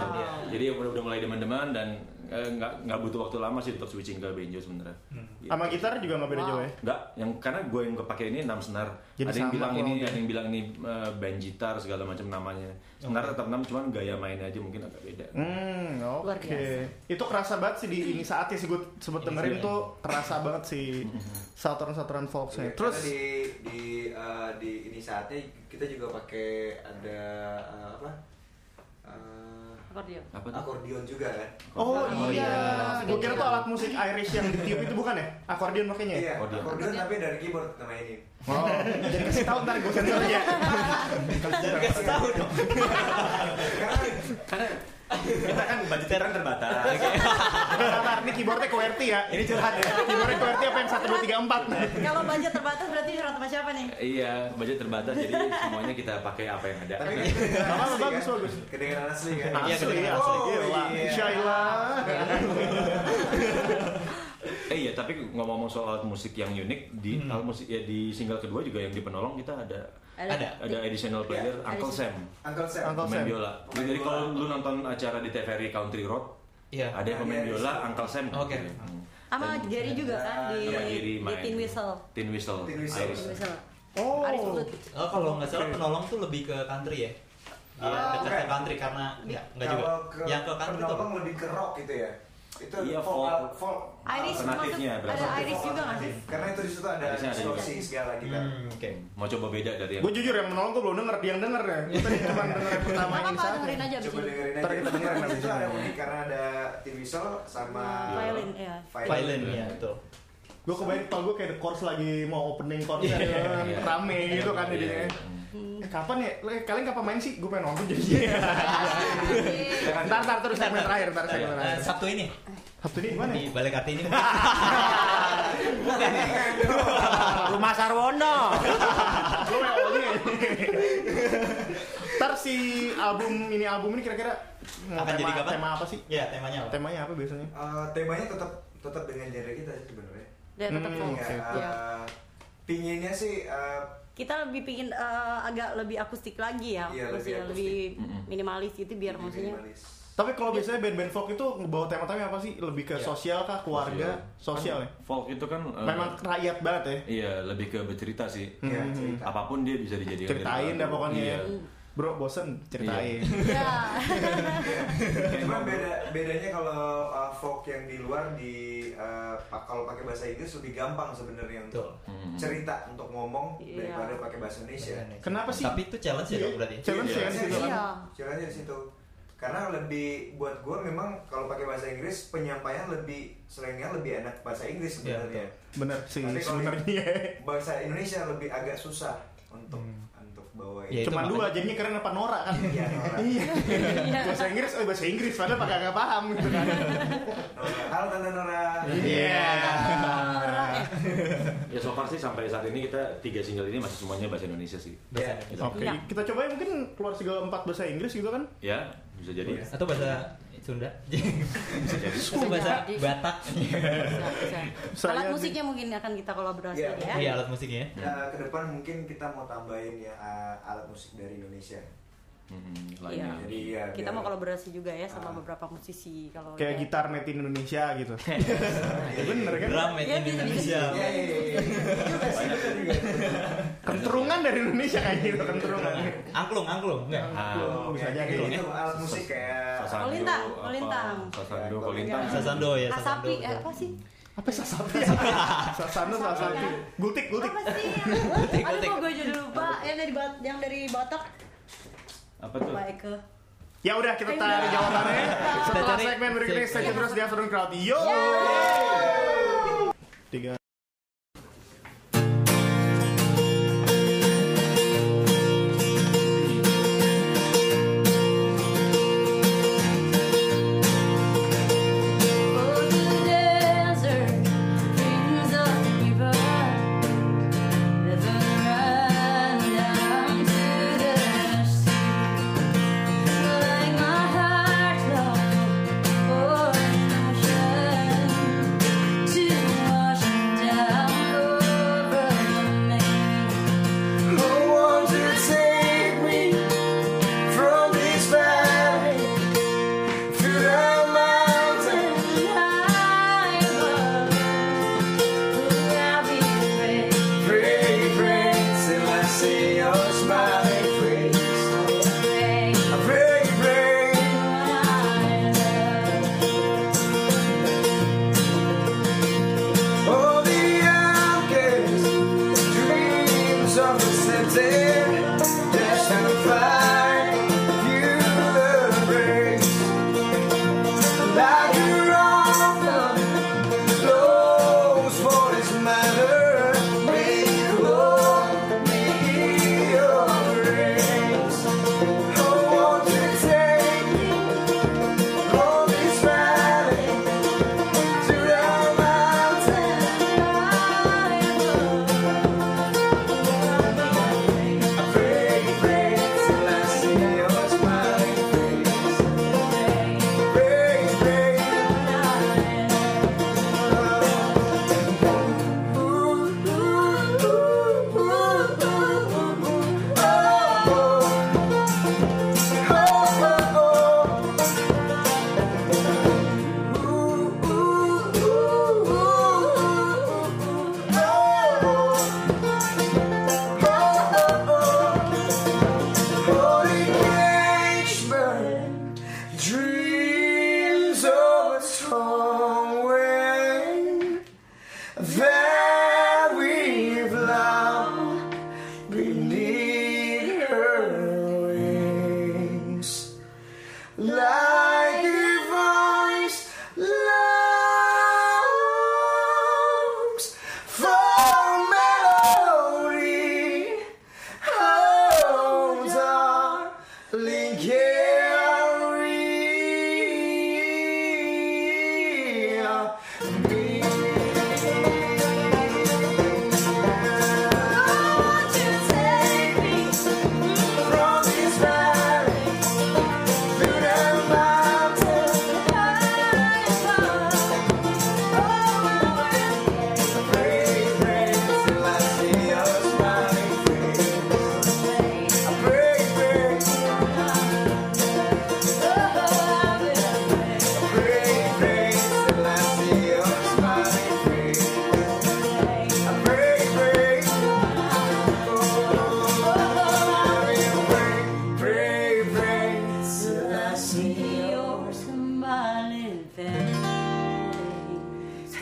[SPEAKER 6] Jadi udah udah mulai demen-demen dan eh, nggak nggak butuh waktu lama sih untuk switching ke benjo sebenarnya.
[SPEAKER 3] Hmm.
[SPEAKER 6] Gitu.
[SPEAKER 3] Sama gitar juga nggak beda
[SPEAKER 1] Wow.
[SPEAKER 3] jauh ya.
[SPEAKER 6] Enggak, yang karena gue yang kepake ini enam senar.
[SPEAKER 3] Jadi
[SPEAKER 6] ada yang
[SPEAKER 3] sama
[SPEAKER 6] bilang
[SPEAKER 3] kurang
[SPEAKER 6] ini,
[SPEAKER 3] lebih.
[SPEAKER 6] ada yang bilang ini eh, band gitar segala macam namanya. Sebenarnya tetap enam, cuman gaya mainnya aja mungkin agak beda.
[SPEAKER 3] Hmm,
[SPEAKER 1] Luar
[SPEAKER 3] oke.
[SPEAKER 1] biasa.
[SPEAKER 3] Itu kerasa banget sih di ini saatnya sih gue sempet dengerin tuh kerasa banget sih Southern-Southern
[SPEAKER 5] Iya,
[SPEAKER 3] folksnya.
[SPEAKER 5] karena
[SPEAKER 3] Terus
[SPEAKER 5] di di eh, di ini saatnya kita juga pakai ada eh, apa? Eh,
[SPEAKER 1] Akordeon.
[SPEAKER 6] Apa tuh?
[SPEAKER 5] akordeon juga kan?
[SPEAKER 3] Oh,
[SPEAKER 1] Oh,
[SPEAKER 3] iya,
[SPEAKER 1] iya.
[SPEAKER 3] gue kira tuh alat musik Irish yang ditiup itu bukan ya? Akordeon makanya.
[SPEAKER 5] Iya,
[SPEAKER 3] ya?
[SPEAKER 6] Akordeon.
[SPEAKER 5] akordeon tapi dari keyboard namanya ini.
[SPEAKER 3] Oh, jadi kasih tahu ntar gue sensor aja.
[SPEAKER 4] Jangan kasih tahu dong.
[SPEAKER 6] Kita kan budgeteran terbatas.
[SPEAKER 3] Ntar ini keyboardnya QWERTY ya. Ini curhat ya. Keyboardnya QWERTY apa yang satu dua tiga empat?
[SPEAKER 1] Kalau budget terbatas berarti curhat sama siapa nih?
[SPEAKER 6] iya, budget terbatas jadi semuanya kita pakai apa yang ada. Eh,
[SPEAKER 5] Tapi
[SPEAKER 3] gitu. Apa,
[SPEAKER 5] kedengeran
[SPEAKER 3] bagus, bagus.
[SPEAKER 5] Kedengeran asli kan?
[SPEAKER 4] Iya,
[SPEAKER 3] Asli,
[SPEAKER 4] kedengeran
[SPEAKER 3] asli.
[SPEAKER 5] asli.
[SPEAKER 3] Gila.
[SPEAKER 5] Iya.
[SPEAKER 3] Shaila.
[SPEAKER 6] Eh iya, tapi ngomong-ngomong soal alat musik yang unik di
[SPEAKER 3] Hmm.
[SPEAKER 6] alat musik ya di single kedua juga yang di penolong kita ada
[SPEAKER 4] Ada.
[SPEAKER 6] ada additional player
[SPEAKER 1] Iya,
[SPEAKER 6] Uncle Sam,
[SPEAKER 5] Uncle Sam.
[SPEAKER 3] Uncle
[SPEAKER 6] pemain
[SPEAKER 3] Sam.
[SPEAKER 6] biola.
[SPEAKER 5] Pemain
[SPEAKER 6] Jadi
[SPEAKER 5] biola.
[SPEAKER 6] kalau lu nonton acara di TVRI Country Road,
[SPEAKER 4] Iya.
[SPEAKER 6] ada yang pemain
[SPEAKER 5] Iya,
[SPEAKER 6] biola
[SPEAKER 5] iya.
[SPEAKER 6] Uncle Sam.
[SPEAKER 4] Oke.
[SPEAKER 6] Hmm.
[SPEAKER 1] Sama
[SPEAKER 6] Dan-
[SPEAKER 1] Jerry juga kan di,
[SPEAKER 6] sama Jerry
[SPEAKER 1] di
[SPEAKER 6] main.
[SPEAKER 1] Tin Whistle.
[SPEAKER 6] Tin Whistle.
[SPEAKER 5] Tin Whistle.
[SPEAKER 6] Iris.
[SPEAKER 1] Tin Whistle.
[SPEAKER 3] Oh.
[SPEAKER 1] Aris Flut.
[SPEAKER 4] Oh, kalau nggak salah penolong tuh lebih ke country ya. Dia
[SPEAKER 5] Ah,
[SPEAKER 4] dekat
[SPEAKER 5] bukan.
[SPEAKER 4] ke country karena enggak, enggak juga.
[SPEAKER 5] Kalau ke
[SPEAKER 4] Yang ke country tuh
[SPEAKER 5] penolong lebih ke rock gitu ya. Itu
[SPEAKER 6] Iya,
[SPEAKER 5] folk,
[SPEAKER 6] folk.
[SPEAKER 5] folk.
[SPEAKER 1] Iris
[SPEAKER 6] Alternatifnya
[SPEAKER 1] maksud-
[SPEAKER 6] berarti.
[SPEAKER 1] ada Iris juga nggak sih?
[SPEAKER 5] Karena itu di situ ada
[SPEAKER 6] Irisnya ada juga.
[SPEAKER 5] distorsi segala gitu.
[SPEAKER 4] Hmm, oke.
[SPEAKER 6] Mau coba beda dari yang
[SPEAKER 3] Gue jujur ya, yang menolong gue belum denger, dia yang denger ya. Gue tadi cuma denger yang pertama
[SPEAKER 1] Nggak
[SPEAKER 3] ini
[SPEAKER 1] apa-apa
[SPEAKER 3] saat.
[SPEAKER 1] dengerin aja abis
[SPEAKER 5] Coba
[SPEAKER 1] ini.
[SPEAKER 5] dengerin aja.
[SPEAKER 3] Ntar kita dengerin
[SPEAKER 5] Di
[SPEAKER 3] abis
[SPEAKER 5] situ
[SPEAKER 3] ini.
[SPEAKER 5] ada unik karena ada TV Whistle sama
[SPEAKER 1] Violin, iya.
[SPEAKER 5] Violin.
[SPEAKER 4] Violin ya, betul.
[SPEAKER 3] Gue kebayang kalau gue kayak The Course lagi mau opening konser
[SPEAKER 6] Iya.
[SPEAKER 3] rame gitu kan
[SPEAKER 6] Iya,
[SPEAKER 3] jadinya.
[SPEAKER 6] iya.
[SPEAKER 3] Eh, kapan ya? Eh, Kalian kapan main sih? Gue pengen nonton jadinya. Ntar, ntar, terus segmen terakhir, ntar segmen
[SPEAKER 4] Eh,
[SPEAKER 3] terakhir.
[SPEAKER 4] Sabtu ini
[SPEAKER 3] Sabtu ini gimana
[SPEAKER 4] di
[SPEAKER 3] ya?
[SPEAKER 4] balik kartini ini
[SPEAKER 1] Rumah Sarwono.
[SPEAKER 3] Lo yang awalnya. Ntar si album ini album ini kira-kira mau
[SPEAKER 4] Akan kan jadi
[SPEAKER 3] tema,
[SPEAKER 4] kapan?
[SPEAKER 3] tema apa sih?
[SPEAKER 4] ya temanya apa?
[SPEAKER 3] Temanya apa biasanya?
[SPEAKER 5] Eh, temanya tetap tetap dengan genre kita sih sebenarnya.
[SPEAKER 1] Dia tetap
[SPEAKER 3] Hmm,
[SPEAKER 1] folk.
[SPEAKER 5] Ya,
[SPEAKER 3] Oke.
[SPEAKER 5] eh,
[SPEAKER 1] Iya.
[SPEAKER 5] pinginnya sih eh,
[SPEAKER 1] Kita lebih pingin eh, agak lebih akustik lagi ya,
[SPEAKER 5] Iya, lebih
[SPEAKER 1] maksudnya
[SPEAKER 5] akustik.
[SPEAKER 1] lebih minimalis gitu biar maksudnya
[SPEAKER 5] minimalis.
[SPEAKER 3] Tapi kalau biasanya band-band folk itu ngebawa tema-tema apa sih? Lebih ke sosial kah, keluarga, sosial ya?
[SPEAKER 6] folk itu kan eh,
[SPEAKER 3] Memang rakyat banget ya.
[SPEAKER 6] iya lebih ke bercerita sih.
[SPEAKER 3] Hmm,
[SPEAKER 5] Ya, cerita.
[SPEAKER 6] Apapun dia bisa dijadikan
[SPEAKER 3] Ceritain
[SPEAKER 6] dari-
[SPEAKER 3] dah pokoknya. ya.
[SPEAKER 6] Iya.
[SPEAKER 3] Bro, bosen ceritain.
[SPEAKER 1] ya.
[SPEAKER 5] Cuma beda bedanya kalau uh, folk yang di luar di uh, pa- kalau pakai bahasa Inggris lebih gampang sebenarnya untuk cerita untuk ngomong
[SPEAKER 1] Iya.
[SPEAKER 5] daripada pakai bahasa Indonesia.
[SPEAKER 3] Kenapa sih?
[SPEAKER 4] Iya. Tapi itu challenge ya dong berarti.
[SPEAKER 3] Challenge
[SPEAKER 5] Iya.
[SPEAKER 3] ya di situ kan?
[SPEAKER 1] Iya.
[SPEAKER 5] Caranya di situ. Karena lebih buat gue memang kalau pakai bahasa Inggris penyampaian lebih seringnya lebih enak bahasa Inggris
[SPEAKER 4] Iya,
[SPEAKER 5] sebenarnya.
[SPEAKER 3] Bener sih
[SPEAKER 5] Tapi kalau
[SPEAKER 3] sebenarnya.
[SPEAKER 5] bahasa Indonesia lebih agak susah untuk untuk bawain.
[SPEAKER 4] Iya. Itu
[SPEAKER 3] Cuman dua
[SPEAKER 4] makanya.
[SPEAKER 3] jadinya keren apa Nora kan?
[SPEAKER 5] Iya, Nora.
[SPEAKER 1] Iya.
[SPEAKER 3] bahasa Inggris, eh bahasa Inggris padahal pakai nggak paham gitu kan.
[SPEAKER 5] Nora. Halo Tante Nora.
[SPEAKER 3] Iya.
[SPEAKER 6] Ya so far sih sampai saat ini kita tiga single ini masih semuanya bahasa Indonesia sih.
[SPEAKER 4] Bahasa
[SPEAKER 5] Iya.
[SPEAKER 4] Indonesia.
[SPEAKER 3] Oke,
[SPEAKER 1] Iya.
[SPEAKER 3] kita coba ya mungkin keluar segala empat bahasa Inggris gitu kan?
[SPEAKER 6] Ya bisa jadi.
[SPEAKER 5] Iya.
[SPEAKER 4] Atau bahasa Sunda.
[SPEAKER 6] Bisa jadi.
[SPEAKER 4] Atau bahasa
[SPEAKER 1] Jadi.
[SPEAKER 4] Batak.
[SPEAKER 1] Bisa, bisa.
[SPEAKER 3] Saya
[SPEAKER 1] Alat
[SPEAKER 3] di-
[SPEAKER 1] musiknya mungkin akan kita kolaborasi
[SPEAKER 5] Iya.
[SPEAKER 1] ya.
[SPEAKER 4] Iya, alat musiknya.
[SPEAKER 5] Nah, ke depan mungkin kita mau tambahin ya uh, alat musik dari Indonesia.
[SPEAKER 6] Hmm, lainnya.
[SPEAKER 1] Iya.
[SPEAKER 5] Jadi ya
[SPEAKER 1] Kita mau
[SPEAKER 5] biar-
[SPEAKER 1] kolaborasi juga ya sama
[SPEAKER 5] Ah.
[SPEAKER 1] beberapa musisi kalau
[SPEAKER 3] Kayak
[SPEAKER 1] udah-
[SPEAKER 3] gitar made in Indonesia gitu.
[SPEAKER 5] Iya,
[SPEAKER 3] Bener kan?
[SPEAKER 4] Drum made
[SPEAKER 1] Iya,
[SPEAKER 4] in
[SPEAKER 1] bisa, bisa.
[SPEAKER 4] Indonesia.
[SPEAKER 5] Iya, iya, iya. Juga sih, bener juga.
[SPEAKER 3] Kentrungan dari Indonesia kayak gitu, kentrungan.
[SPEAKER 4] Angklung, angklung. Enggak.
[SPEAKER 3] Belum bisa
[SPEAKER 5] Kayak
[SPEAKER 3] jadi.
[SPEAKER 5] gitu, alat musik kayak
[SPEAKER 6] Sasando,
[SPEAKER 1] Kolintang,
[SPEAKER 6] apa,
[SPEAKER 1] kolintang.
[SPEAKER 6] Sasando,
[SPEAKER 5] Ya,
[SPEAKER 3] Iya,
[SPEAKER 6] kolintang.
[SPEAKER 1] kolintang.
[SPEAKER 4] Sasando ya, Sasando.
[SPEAKER 1] Asapi, eh, apa sih?
[SPEAKER 3] Apa sasapi ya? Sasano, sasapi. Gultik, gultik.
[SPEAKER 1] Apa sih? Aduh,
[SPEAKER 4] Kutik.
[SPEAKER 1] kok gue jadi lupa. Yang dari Bat- yang dari Batak,
[SPEAKER 6] Apa tuh?
[SPEAKER 1] Pak Eke.
[SPEAKER 3] Ya udah kita tarik jawabannya. Setelah
[SPEAKER 4] Tarik.
[SPEAKER 3] segmen berikutnya stay tune terus di Afternoon Crowd. Yo. Tiga.
[SPEAKER 8] Never run down to the sea.
[SPEAKER 5] Oh,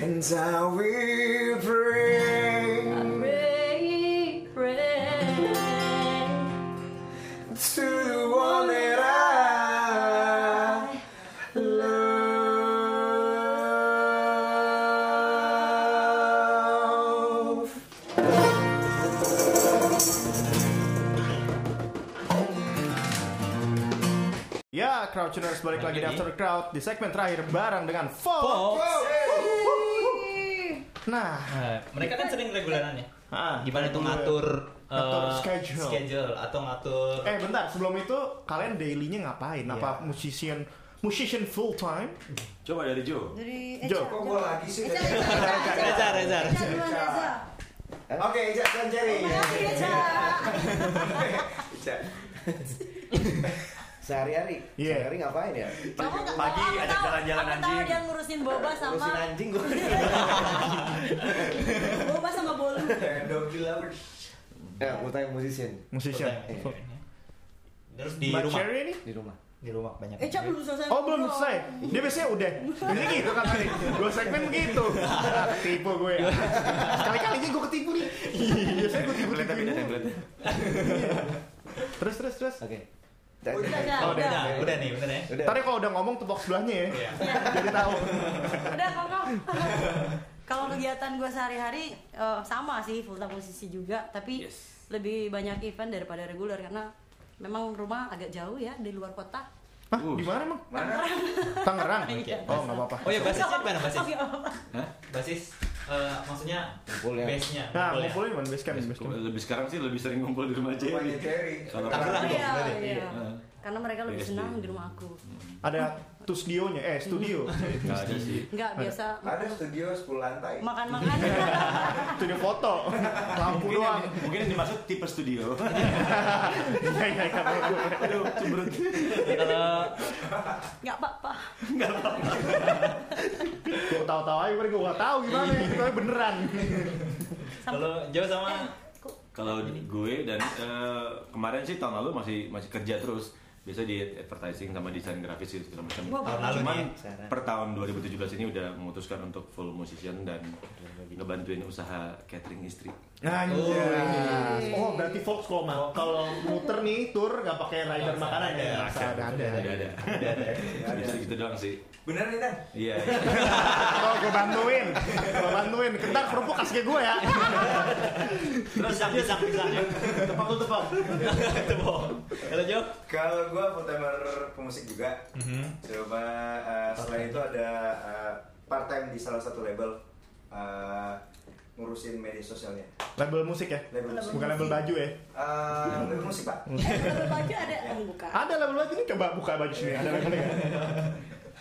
[SPEAKER 5] And I will pray
[SPEAKER 1] Pray, pray.
[SPEAKER 5] to the one that I love.
[SPEAKER 3] Ya, Crowdtuners balik lagi di After the Crowd di segmen terakhir bareng dengan Folk.
[SPEAKER 4] Fox.
[SPEAKER 3] Nah,
[SPEAKER 4] Nah, mereka kan sering regularan ya.
[SPEAKER 3] Ah,
[SPEAKER 4] Gimana tuh
[SPEAKER 3] regular.
[SPEAKER 4] ngatur
[SPEAKER 3] Ngatur
[SPEAKER 4] eh,
[SPEAKER 3] schedule.
[SPEAKER 4] schedule atau ngatur
[SPEAKER 3] eh bentar, sebelum itu kalian dailynya ngapain? Apa
[SPEAKER 4] Iya.
[SPEAKER 3] musician musician full time?
[SPEAKER 6] Coba dari Joe.
[SPEAKER 1] Dari
[SPEAKER 3] Jo,
[SPEAKER 1] Eca.
[SPEAKER 5] kok gua lagi sih?
[SPEAKER 1] Eca, Eca,
[SPEAKER 4] Reza, Reza, Reza.
[SPEAKER 1] duluan, Reza.
[SPEAKER 5] Oke, Ica dan Jerry.
[SPEAKER 1] Makasih, Eca.
[SPEAKER 5] Ica.
[SPEAKER 7] Sehari-hari,
[SPEAKER 3] Iya.
[SPEAKER 7] sehari ngapain ya?
[SPEAKER 1] Kamu nggak-
[SPEAKER 2] Pagi ajak
[SPEAKER 1] aku tahu-
[SPEAKER 2] jalan-jalan
[SPEAKER 1] aku tahu
[SPEAKER 2] anjing.
[SPEAKER 1] dia ngurusin boba sama
[SPEAKER 7] Urusin anjing gue.
[SPEAKER 1] boba sama bolu.
[SPEAKER 5] Doggy lovers.
[SPEAKER 7] Ya, full time musician
[SPEAKER 3] Musician.
[SPEAKER 4] Terus di
[SPEAKER 3] Mbak
[SPEAKER 4] rumah.
[SPEAKER 3] Cherry ini?
[SPEAKER 7] di rumah.
[SPEAKER 4] Di rumah banyak.
[SPEAKER 1] Eca Eh, belum selesai.
[SPEAKER 3] Oh belum
[SPEAKER 1] ngobrol.
[SPEAKER 3] selesai. Dia biasanya udah. Ini gitu kan tadi. Dua segmen begitu. Tipu gue. Sekali-kalinya gue ketipu nih. Biasanya gue tipu
[SPEAKER 6] Lihat bedanya, lihat.
[SPEAKER 3] Terus terus terus.
[SPEAKER 7] Oke.
[SPEAKER 1] Udah, udah,
[SPEAKER 4] Oh,
[SPEAKER 1] udah.
[SPEAKER 4] udah, udah, udah nih, bener ya.
[SPEAKER 7] Udah.
[SPEAKER 3] Tadi kalau udah ngomong tepok sebelahnya ya.
[SPEAKER 4] Iya.
[SPEAKER 3] Jadi tahu.
[SPEAKER 1] Udah, kok. Kalau kegiatan gue sehari-hari eh, sama sih full time musisi juga, tapi
[SPEAKER 6] Yes.
[SPEAKER 1] lebih banyak event daripada reguler karena memang rumah agak jauh ya di luar kota.
[SPEAKER 3] Hah,
[SPEAKER 6] Uh.
[SPEAKER 3] di mana emang?
[SPEAKER 5] Mana?
[SPEAKER 3] Tangerang.
[SPEAKER 4] Iya.
[SPEAKER 3] Oh, enggak apa-apa.
[SPEAKER 4] Oh ya basisnya gimana basis?
[SPEAKER 1] Oke, apa-apa.
[SPEAKER 4] Basis eh, maksudnya
[SPEAKER 7] Kumpul ya.
[SPEAKER 4] base-nya.
[SPEAKER 3] Nah,
[SPEAKER 4] ngumpul ya.
[SPEAKER 3] ngumpulnya di mana? Basecamp, basecamp.
[SPEAKER 6] Lebih sekarang sih lebih sering ngumpul di rumah
[SPEAKER 5] Rumahnya
[SPEAKER 6] Jerry.
[SPEAKER 5] Jerry.
[SPEAKER 6] Kalau
[SPEAKER 4] Tangerang dong.
[SPEAKER 1] Iya,
[SPEAKER 4] berarti.
[SPEAKER 1] iya.
[SPEAKER 6] Heeh.
[SPEAKER 1] Karena mereka lebih
[SPEAKER 6] Yes,
[SPEAKER 1] senang
[SPEAKER 6] iya.
[SPEAKER 1] di rumah aku.
[SPEAKER 3] Ada tuh studionya, eh studio.
[SPEAKER 6] Nggak ada sih.
[SPEAKER 1] Enggak biasa
[SPEAKER 5] Ada studio 10 lantai.
[SPEAKER 1] makan-makan.
[SPEAKER 3] studio foto. Lampu
[SPEAKER 6] Mungkin yang,
[SPEAKER 3] doang.
[SPEAKER 6] mungkin yang dimaksud tipe studio.
[SPEAKER 3] Iya, iya, iya.
[SPEAKER 6] Aduh, cemberut.
[SPEAKER 4] Kalau
[SPEAKER 1] Enggak apa-apa.
[SPEAKER 3] Gue tahu-tahu aja, gue nggak tahu gimana. Tapi beneran.
[SPEAKER 1] Sampai
[SPEAKER 4] kalau jauh sama
[SPEAKER 1] kok
[SPEAKER 6] Kalau gue dan eh, kemarin sih tahun lalu masih masih kerja terus. Biasa di advertising sama desain grafis gitu segala macam.
[SPEAKER 1] Wah,
[SPEAKER 4] tahun lalu
[SPEAKER 6] Cuman
[SPEAKER 4] nih.
[SPEAKER 7] Sekarang.
[SPEAKER 6] per tahun 2017 ini udah memutuskan untuk full musician dan ngebantuin usaha catering istri.
[SPEAKER 7] Oh, iya.
[SPEAKER 3] Anjay. Oh, berarti Fox kalau mau kalau muter nih tour nggak pakai rider makanan ya. Rasa ada ada.
[SPEAKER 6] Ada ada. Bisa gitu doang sih.
[SPEAKER 5] Bener nih, Dan?
[SPEAKER 6] Iya.
[SPEAKER 3] Oh, gue bantuin. Gue bantuin. Kentar kerupuk kasih ke gue ya.
[SPEAKER 4] terus pisang pisang pisang ya.
[SPEAKER 3] Tepak lu tepak.
[SPEAKER 4] Itu bohong. Kalau jauh
[SPEAKER 5] Kalau gue full timer pemusik juga. Coba eh, selain itu ada eh, part time di salah satu label eh, ngurusin media sosialnya.
[SPEAKER 3] Label musik ya.
[SPEAKER 5] Label musik.
[SPEAKER 3] Bukan label baju ya.
[SPEAKER 5] Eh, label musik pak.
[SPEAKER 4] Hmm.
[SPEAKER 1] eh, kalau baju ada eh, bukan.
[SPEAKER 3] Ada label baju ini coba buka baju sini. Ada label nggak?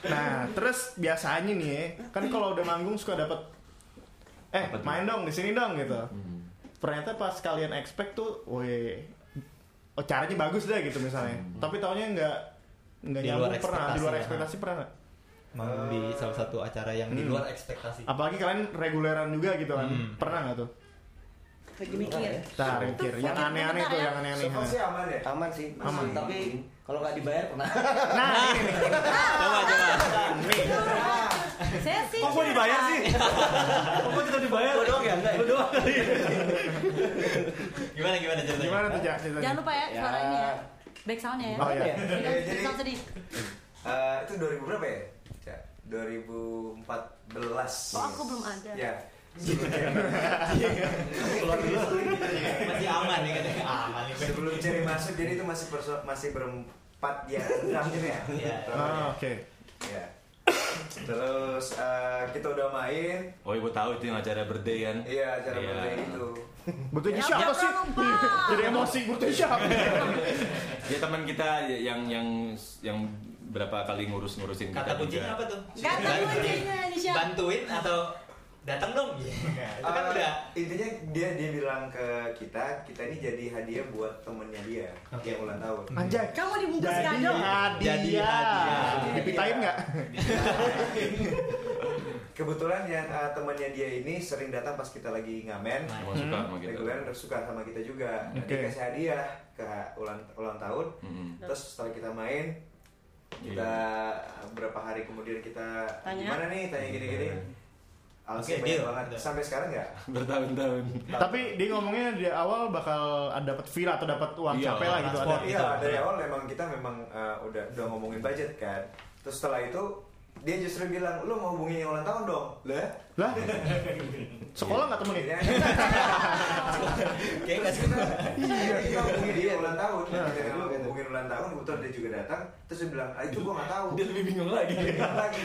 [SPEAKER 3] Nah, terus biasanya nih ya, kan kalau udah manggung suka dapat eh
[SPEAKER 6] Apa tuh?
[SPEAKER 3] main dong di sini dong gitu.
[SPEAKER 4] Hmm.
[SPEAKER 3] Ternyata pas kalian expect tuh, woi, oh caranya bagus deh gitu misalnya. Tapi taunya nggak nggak
[SPEAKER 4] Hmm. Di luar
[SPEAKER 3] nyambung pernah di luar
[SPEAKER 4] ekspektasi, ya.
[SPEAKER 3] ekspektasi pernah. nggak?
[SPEAKER 4] mau di salah satu acara yang
[SPEAKER 3] Hmm.
[SPEAKER 4] di luar ekspektasi.
[SPEAKER 3] Apalagi kalian reguleran juga gitu kan,
[SPEAKER 4] Hmm.
[SPEAKER 3] pernah nggak tuh?
[SPEAKER 1] Lagi
[SPEAKER 7] ya?
[SPEAKER 1] mikir.
[SPEAKER 3] Nah, mikir yang aneh-aneh tuh, yang aneh-aneh.
[SPEAKER 5] Semua sih aman ya.
[SPEAKER 7] Aman sih,
[SPEAKER 5] Aman.
[SPEAKER 7] Tapi kalau nggak dibayar pernah.
[SPEAKER 3] Nah, ini nih.
[SPEAKER 4] Coba coba.
[SPEAKER 1] Saya sih.
[SPEAKER 2] Kok gua dibayar sih?
[SPEAKER 1] Iya.
[SPEAKER 2] Kok gua tetap dibayar? Gua doang ya? Gua doang kali.
[SPEAKER 4] Gimana gimana ceritanya?
[SPEAKER 3] Gimana tuh Jak ceritanya?
[SPEAKER 1] Jangan lupa ya
[SPEAKER 7] Ya.
[SPEAKER 1] suara ini ya. Back soundnya ya.
[SPEAKER 3] Oh iya.
[SPEAKER 1] Back
[SPEAKER 5] Iya,
[SPEAKER 1] sound-
[SPEAKER 5] jadi-
[SPEAKER 1] back sound sedih.
[SPEAKER 5] Eh, itu 2000 berapa ya? Cak? 2014.
[SPEAKER 1] Oh, aku belum ada. Iya.
[SPEAKER 5] Ya.
[SPEAKER 4] Keluar dulu. Masih aman nih katanya. Ah, Aman ya. nih.
[SPEAKER 5] Sebelum Jerry masuk, jadi itu masih perso- masih berempat ya, enam gitu ya.
[SPEAKER 4] Iya.
[SPEAKER 3] Ah, oke.
[SPEAKER 5] Ya. Terus eh, kita udah main,
[SPEAKER 6] Oh, ibu tahu itu yang acara birthday kan?
[SPEAKER 5] iya acara
[SPEAKER 6] Iya.
[SPEAKER 5] mulai itu.
[SPEAKER 3] Betulnya
[SPEAKER 1] Ya,
[SPEAKER 3] siapa
[SPEAKER 1] jangan
[SPEAKER 3] sih?
[SPEAKER 1] lupa.
[SPEAKER 3] Jadi emosi, betulnya siapa?
[SPEAKER 6] Ya teman kita yang yang yang berapa kali ngurus-ngurusin kita
[SPEAKER 4] Kata kuncinya
[SPEAKER 6] juga.
[SPEAKER 4] apa tuh?
[SPEAKER 1] Kata
[SPEAKER 4] Bantu-
[SPEAKER 1] kuncinya ini siapa?
[SPEAKER 4] Bantuin atau datang dong? Iya. Itu kan
[SPEAKER 5] Eh,
[SPEAKER 4] udah
[SPEAKER 5] intinya dia dia bilang ke kita, kita ini jadi hadiah buat temennya dia
[SPEAKER 4] Oke.
[SPEAKER 5] yang ulang tahun.
[SPEAKER 3] Anjay.
[SPEAKER 1] Kamu dibungkus
[SPEAKER 3] Jadi
[SPEAKER 1] kado.
[SPEAKER 3] hadiah.
[SPEAKER 4] Jadi ya. hadiah.
[SPEAKER 3] Dipitain nggak?
[SPEAKER 5] Kebetulan yang eh, temennya dia ini sering datang pas kita lagi ngamen.
[SPEAKER 6] Emang suka Nah,
[SPEAKER 1] Hmm.
[SPEAKER 6] sama kita.
[SPEAKER 5] Reguler udah suka sama kita juga. Nah,
[SPEAKER 3] Oke.
[SPEAKER 5] Dia kasih hadiah ke ulang ulang tahun.
[SPEAKER 6] Mm-mm.
[SPEAKER 5] Terus setelah kita main kita berapa hari kemudian kita
[SPEAKER 1] Tanya.
[SPEAKER 5] gimana nih tanya gini-gini. Alasnya
[SPEAKER 4] Oke,
[SPEAKER 5] banyak
[SPEAKER 4] deal.
[SPEAKER 5] banget.
[SPEAKER 4] Deal.
[SPEAKER 5] Sampai sekarang nggak?
[SPEAKER 6] bertahun-tahun
[SPEAKER 3] Tapi dia ngomongnya di awal bakal dapat fee atau dapat uang
[SPEAKER 6] Iya,
[SPEAKER 3] capek lah gitu ada.
[SPEAKER 4] transport.
[SPEAKER 5] Iya,
[SPEAKER 4] gitu.
[SPEAKER 5] dari awal memang kita memang eh, udah udah ngomongin budget kan. Terus setelah itu dia justru bilang, lu mau hubungin yang ulang tahun dong. Lah?
[SPEAKER 3] Lah. Sekolah nggak temenin?
[SPEAKER 5] Iya.
[SPEAKER 4] Kayak nggak suka.
[SPEAKER 5] Iya, kita hubungin dia ulang tahun. Iya,
[SPEAKER 3] Nah,
[SPEAKER 5] Kita
[SPEAKER 3] kayak
[SPEAKER 5] dulu
[SPEAKER 3] gitu.
[SPEAKER 5] hubungin ulang tahun, kebetulan dia juga datang. Terus dia bilang, ah, itu gua nggak tahu.
[SPEAKER 6] dia lebih bingung lagi
[SPEAKER 5] Bilang lagi.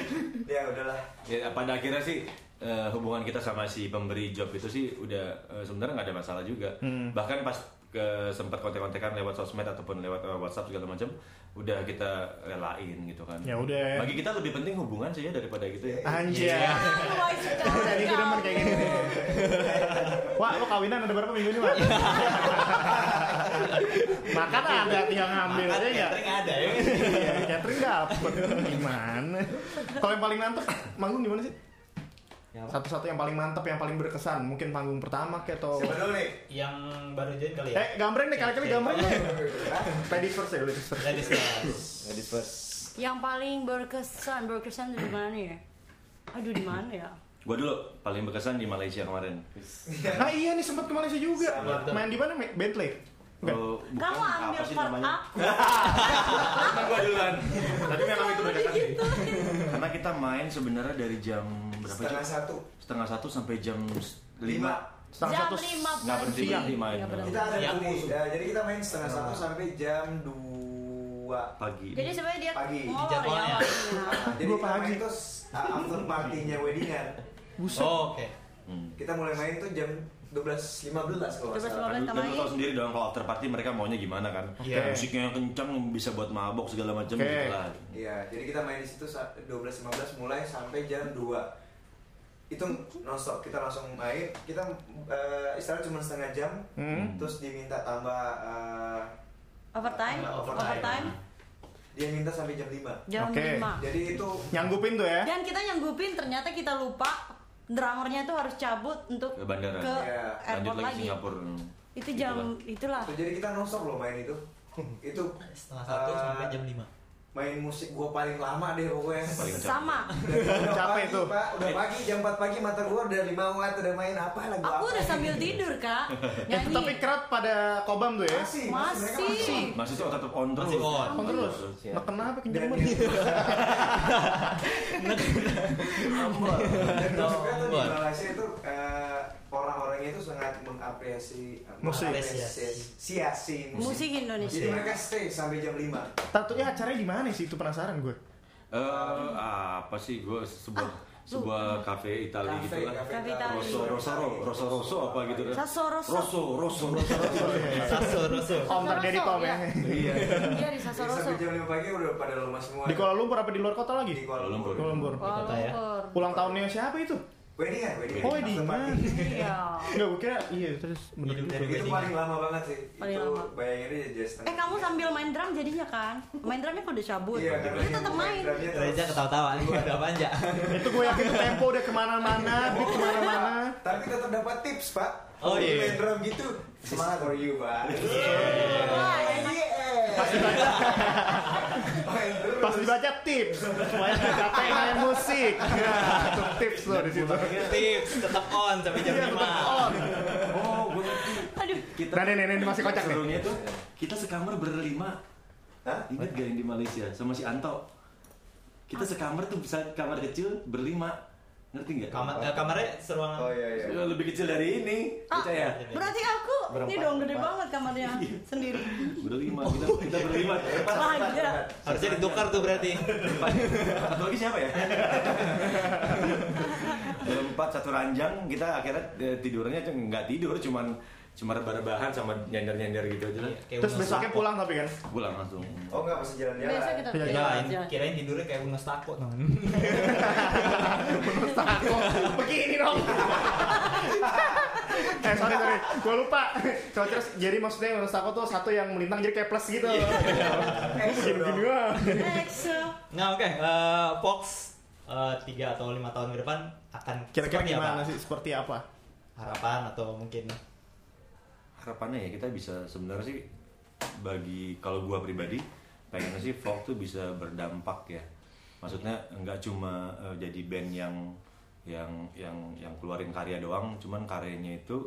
[SPEAKER 5] Ya udahlah.
[SPEAKER 6] ya pada akhirnya sih eh, hubungan kita sama si pemberi job itu sih udah eh, sebenarnya nggak ada masalah juga
[SPEAKER 1] Hmm.
[SPEAKER 6] bahkan pas ke sempat kontek-kontekan lewat sosmed ataupun lewat eh, WhatsApp segala macam udah kita relain gitu kan
[SPEAKER 3] Ya udah.
[SPEAKER 6] bagi kita lebih penting hubungan saja daripada gitu ya
[SPEAKER 1] Ah.
[SPEAKER 3] Anjir.
[SPEAKER 4] Iya.
[SPEAKER 3] Jadi gue demen kayak
[SPEAKER 6] gitu.
[SPEAKER 3] gini. Wah, lo kawinan ada berapa minggu ini, Wak? Makan ada, tinggal ngambil aja ya.
[SPEAKER 4] Catering ada ya.
[SPEAKER 3] Iya, Catering dapet. Gimana? Kalau yang paling mantep, manggung gimana sih? Satu-satu yang paling mantep, yang paling berkesan. Mungkin panggung pertama kayak atau...
[SPEAKER 5] Siapa dulu nih?
[SPEAKER 4] Yang baru join kali ya.
[SPEAKER 3] Eh, gambreng deh, kali-kali gambreng deh. Ladies first ya, ladies first.
[SPEAKER 4] Ladies first.
[SPEAKER 7] Ladies first.
[SPEAKER 1] Yang paling berkesan, berkesan di mana ya? Aduh di mana ya?
[SPEAKER 6] gue dulu paling berkesan di Malaysia kemarin
[SPEAKER 3] Ah iya nih, sempat ke Malaysia juga. Main di mana? Me- Bentley? Enggak.
[SPEAKER 6] Oh, bukan,
[SPEAKER 1] Kamu
[SPEAKER 6] apa
[SPEAKER 1] ambil
[SPEAKER 6] sih
[SPEAKER 1] part
[SPEAKER 6] namanya?
[SPEAKER 1] aku.
[SPEAKER 2] gua duluan. Tapi memang itu
[SPEAKER 1] Selalu
[SPEAKER 2] berdekat sih.
[SPEAKER 1] gitu.
[SPEAKER 6] karena kita main sebenarnya dari jam berapa
[SPEAKER 5] Setengah
[SPEAKER 6] jam?
[SPEAKER 5] satu.
[SPEAKER 6] setengah satu sampai jam
[SPEAKER 5] Lima.
[SPEAKER 6] lima
[SPEAKER 3] Setengah
[SPEAKER 1] Jam
[SPEAKER 3] satu
[SPEAKER 1] 5
[SPEAKER 6] nggak berhenti
[SPEAKER 1] pagi.
[SPEAKER 6] berhenti main.
[SPEAKER 1] Nggak
[SPEAKER 5] Kita ada
[SPEAKER 4] Iya,
[SPEAKER 5] tuli.
[SPEAKER 4] musuh.
[SPEAKER 5] Ya, jadi kita main setengah satu sampai jam dua.
[SPEAKER 6] pagi
[SPEAKER 1] Jadi sebenarnya dia
[SPEAKER 5] Pagi.
[SPEAKER 1] ngolor ya
[SPEAKER 4] Jadwalnya.
[SPEAKER 1] awalnya.
[SPEAKER 5] Jadi
[SPEAKER 3] Dua
[SPEAKER 5] kita
[SPEAKER 3] pagi.
[SPEAKER 5] main terus uh, after partinya weddingan.
[SPEAKER 4] Oh, Oke.
[SPEAKER 6] Hmm.
[SPEAKER 5] Kita mulai main tuh jam 12.15 kalau nggak
[SPEAKER 1] 12.15.
[SPEAKER 5] salah.
[SPEAKER 6] Dan
[SPEAKER 1] Tambah
[SPEAKER 6] lu tau
[SPEAKER 1] ini.
[SPEAKER 6] sendiri dong kalau after party mereka maunya gimana kan?
[SPEAKER 4] Iya.
[SPEAKER 6] Musiknya yang kencang bisa buat mabok segala macam
[SPEAKER 3] Oke.
[SPEAKER 6] gitu lah.
[SPEAKER 5] Iya, jadi kita main di situ sa- 12.15 mulai sampai jam 2 itu nonstop kita langsung main kita eh, istirahat cuma setengah jam
[SPEAKER 3] Hmm.
[SPEAKER 5] terus diminta tambah eh,
[SPEAKER 1] Overtime,
[SPEAKER 5] tambah
[SPEAKER 1] overtime,
[SPEAKER 5] dia minta sampai jam 5
[SPEAKER 1] jam
[SPEAKER 3] Oke.
[SPEAKER 1] 5.
[SPEAKER 5] jadi itu
[SPEAKER 3] Nyanggupin tuh ya.
[SPEAKER 1] Dan kita nyanggupin ternyata kita lupa drummernya itu harus cabut untuk
[SPEAKER 6] Ke bandara.
[SPEAKER 1] ke
[SPEAKER 5] Iya,
[SPEAKER 6] Lanjut
[SPEAKER 1] airport
[SPEAKER 6] lagi
[SPEAKER 1] lagi.
[SPEAKER 6] Singapura. Gitu
[SPEAKER 1] Itu jam itulah.
[SPEAKER 5] tuh, jadi kita nonstop loh main itu itu
[SPEAKER 4] Setengah satu
[SPEAKER 5] eh,
[SPEAKER 4] sampai jam lima.
[SPEAKER 5] main musik gua paling lama deh pokoknya
[SPEAKER 6] Paling capek.
[SPEAKER 1] Sama.
[SPEAKER 5] Udah
[SPEAKER 3] Capek
[SPEAKER 5] pagi,
[SPEAKER 3] tuh.
[SPEAKER 5] Pak. udah pagi jam 4 pagi mata gua udah 5 watt udah main apa lagu
[SPEAKER 1] Aku
[SPEAKER 5] apa
[SPEAKER 1] udah sambil tidur, Kak.
[SPEAKER 3] Eh,
[SPEAKER 1] Nyanyi.
[SPEAKER 3] tapi kerap pada kobam tuh ya.
[SPEAKER 5] masih mereka
[SPEAKER 1] Masih.
[SPEAKER 6] Masih tuh tetap on terus. Iya.
[SPEAKER 4] Masih on.
[SPEAKER 3] Kobam terus. Nah, kenapa kenceng banget?
[SPEAKER 5] Dan maksudnya tuh di
[SPEAKER 4] Tombol.
[SPEAKER 5] Malaysia itu eh, orang-orangnya itu sangat mengapresiasi
[SPEAKER 3] Musik.
[SPEAKER 5] mengapresiasi
[SPEAKER 1] Musik Indonesia.
[SPEAKER 5] Jadi Iya, mereka stay sampai jam 5
[SPEAKER 3] Tatunya acaranya gimana sih? Itu penasaran gue.
[SPEAKER 6] Eh, apa sih gue sebuah sebuah kafe Italia gitu lah.
[SPEAKER 1] Cafe
[SPEAKER 6] Rosso, Rosso, Rosso, Rosso apa gitu kan?
[SPEAKER 1] Sasoroso.
[SPEAKER 6] Rosso, Rosso, Rosso, Rosso.
[SPEAKER 4] Rasul, Rasul.
[SPEAKER 3] Om terjadi
[SPEAKER 1] Rosso,
[SPEAKER 3] kom ya.
[SPEAKER 1] iya.
[SPEAKER 6] Iya.
[SPEAKER 1] Iya di
[SPEAKER 5] Jadi
[SPEAKER 1] Sasoroso.
[SPEAKER 5] sampai jam 5 pagi udah pada lemah semua
[SPEAKER 3] Di Kuala Lumpur apa di luar kota
[SPEAKER 5] Di
[SPEAKER 3] lagi?
[SPEAKER 5] Kuala
[SPEAKER 6] Kuala
[SPEAKER 5] Lumpur
[SPEAKER 6] Lumpur.
[SPEAKER 3] Kuala Lumpur.
[SPEAKER 1] Kuala
[SPEAKER 4] Kota ya.
[SPEAKER 1] Lumpur.
[SPEAKER 3] Ulang tahunnya siapa itu?
[SPEAKER 5] Weddingan, weddingan
[SPEAKER 3] Oh,
[SPEAKER 5] After
[SPEAKER 3] di
[SPEAKER 5] party.
[SPEAKER 3] mana?
[SPEAKER 1] Iya.
[SPEAKER 3] Enggak, gue kira iya terus bener
[SPEAKER 4] Hidup
[SPEAKER 3] juga.
[SPEAKER 4] dari
[SPEAKER 5] Itu
[SPEAKER 4] wedding.
[SPEAKER 5] paling lama banget sih
[SPEAKER 1] Paling
[SPEAKER 5] Itu
[SPEAKER 1] lama.
[SPEAKER 5] bayangin aja just
[SPEAKER 1] Eh kamu sambil main drum jadinya kan? Main drumnya kok udah cabut.
[SPEAKER 5] Iya,
[SPEAKER 1] Kita tetap main.
[SPEAKER 4] Reza ketawa-tawa. Ini ada apa aja?
[SPEAKER 3] Itu gue yakin tuh tempo udah kemana-mana, beat kemana-mana.
[SPEAKER 5] Tapi tetap dapat tips, Pak
[SPEAKER 4] Oh,
[SPEAKER 5] Kalau
[SPEAKER 4] iya.
[SPEAKER 5] main drum gitu Semangat for you, Pak
[SPEAKER 6] Iya.
[SPEAKER 1] Wah, enak.
[SPEAKER 5] Main terus
[SPEAKER 3] Pas dibaca tips, semuanya capek main musik. Nah, itu tips loh di situ.
[SPEAKER 4] Iya,
[SPEAKER 3] Iya,
[SPEAKER 4] Tips tetap on sampai jam lima.
[SPEAKER 6] Oh, gue ngerti.
[SPEAKER 1] Aduh.
[SPEAKER 6] Kita
[SPEAKER 3] Nah, nih, nih, nih, masih kocak nih.
[SPEAKER 6] Serunya tuh kita sekamar berlima.
[SPEAKER 5] Hah?
[SPEAKER 6] Ingat gak yang di Malaysia sama si Anto? Kita sekamar tuh bisa kamar kecil berlima. Ngerti nggak?
[SPEAKER 4] Kamar, eh, kamarnya seruangan.
[SPEAKER 5] Oh iya iya.
[SPEAKER 6] Eh, Lebih kecil dari ini,
[SPEAKER 1] Ah,
[SPEAKER 6] percaya?
[SPEAKER 1] berarti aku ini dong gede banget kamarnya sendiri.
[SPEAKER 6] Berlima, kita, kita berlima.
[SPEAKER 1] Bahagia.
[SPEAKER 4] Harusnya ditukar tuh berarti.
[SPEAKER 6] Satu lagi siapa ya? Empat satu ranjang, kita akhirnya eh, tidurnya tuh nggak tidur, cuman cuma rebahan sama nyender-nyender gitu aja lah.
[SPEAKER 4] Iya, Kayak
[SPEAKER 3] Terus
[SPEAKER 4] Uno
[SPEAKER 3] besoknya
[SPEAKER 4] Sako.
[SPEAKER 3] pulang tapi kan.
[SPEAKER 6] Pulang langsung.
[SPEAKER 5] Oh enggak masih jalan-jalan.
[SPEAKER 1] Biasa kita
[SPEAKER 3] Jalan-jalan.
[SPEAKER 4] Kirain,
[SPEAKER 1] jalan-jalan.
[SPEAKER 4] Iya, kirain tidurnya kayak Uno Stako teman.
[SPEAKER 3] Menurut aku begini dong. eh sorry sorry, gue lupa. Coba terus jadi maksudnya menurut aku tuh satu yang melintang jadi kayak plus gitu.
[SPEAKER 4] Iya.
[SPEAKER 3] Gini gini wah.
[SPEAKER 1] Next.
[SPEAKER 4] Nah oke, eh, Fox eh, tiga atau lima tahun ke depan akan
[SPEAKER 3] Kira-kira
[SPEAKER 4] seperti
[SPEAKER 3] gimana
[SPEAKER 4] apa?
[SPEAKER 3] sih? Seperti apa?
[SPEAKER 4] Harapan atau mungkin
[SPEAKER 6] harapannya ya kita bisa sebenarnya sih bagi kalau gua pribadi pengennya sih folk tuh bisa berdampak ya maksudnya nggak cuma eh, jadi band yang yang yang yang keluarin karya doang cuman karyanya itu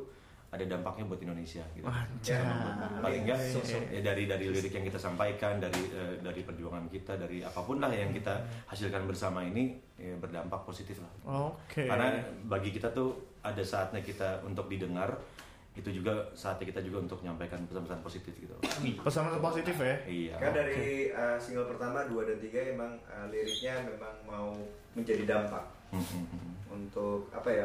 [SPEAKER 6] ada dampaknya buat Indonesia gitu.
[SPEAKER 3] Nah.
[SPEAKER 6] paling enggak ya dari dari lirik yang kita sampaikan dari eh, dari perjuangan kita dari apapun lah yang kita hasilkan bersama ini ya, berdampak positif lah
[SPEAKER 3] Oh,
[SPEAKER 8] Oke.
[SPEAKER 6] karena bagi kita tuh ada saatnya kita untuk didengar itu juga saatnya kita juga untuk menyampaikan pesan-pesan positif gitu
[SPEAKER 8] Pesan positif ya.
[SPEAKER 6] iya
[SPEAKER 5] Kan dari uh, single pertama 2 dan 3 emang uh, liriknya memang mau menjadi dampak untuk apa ya?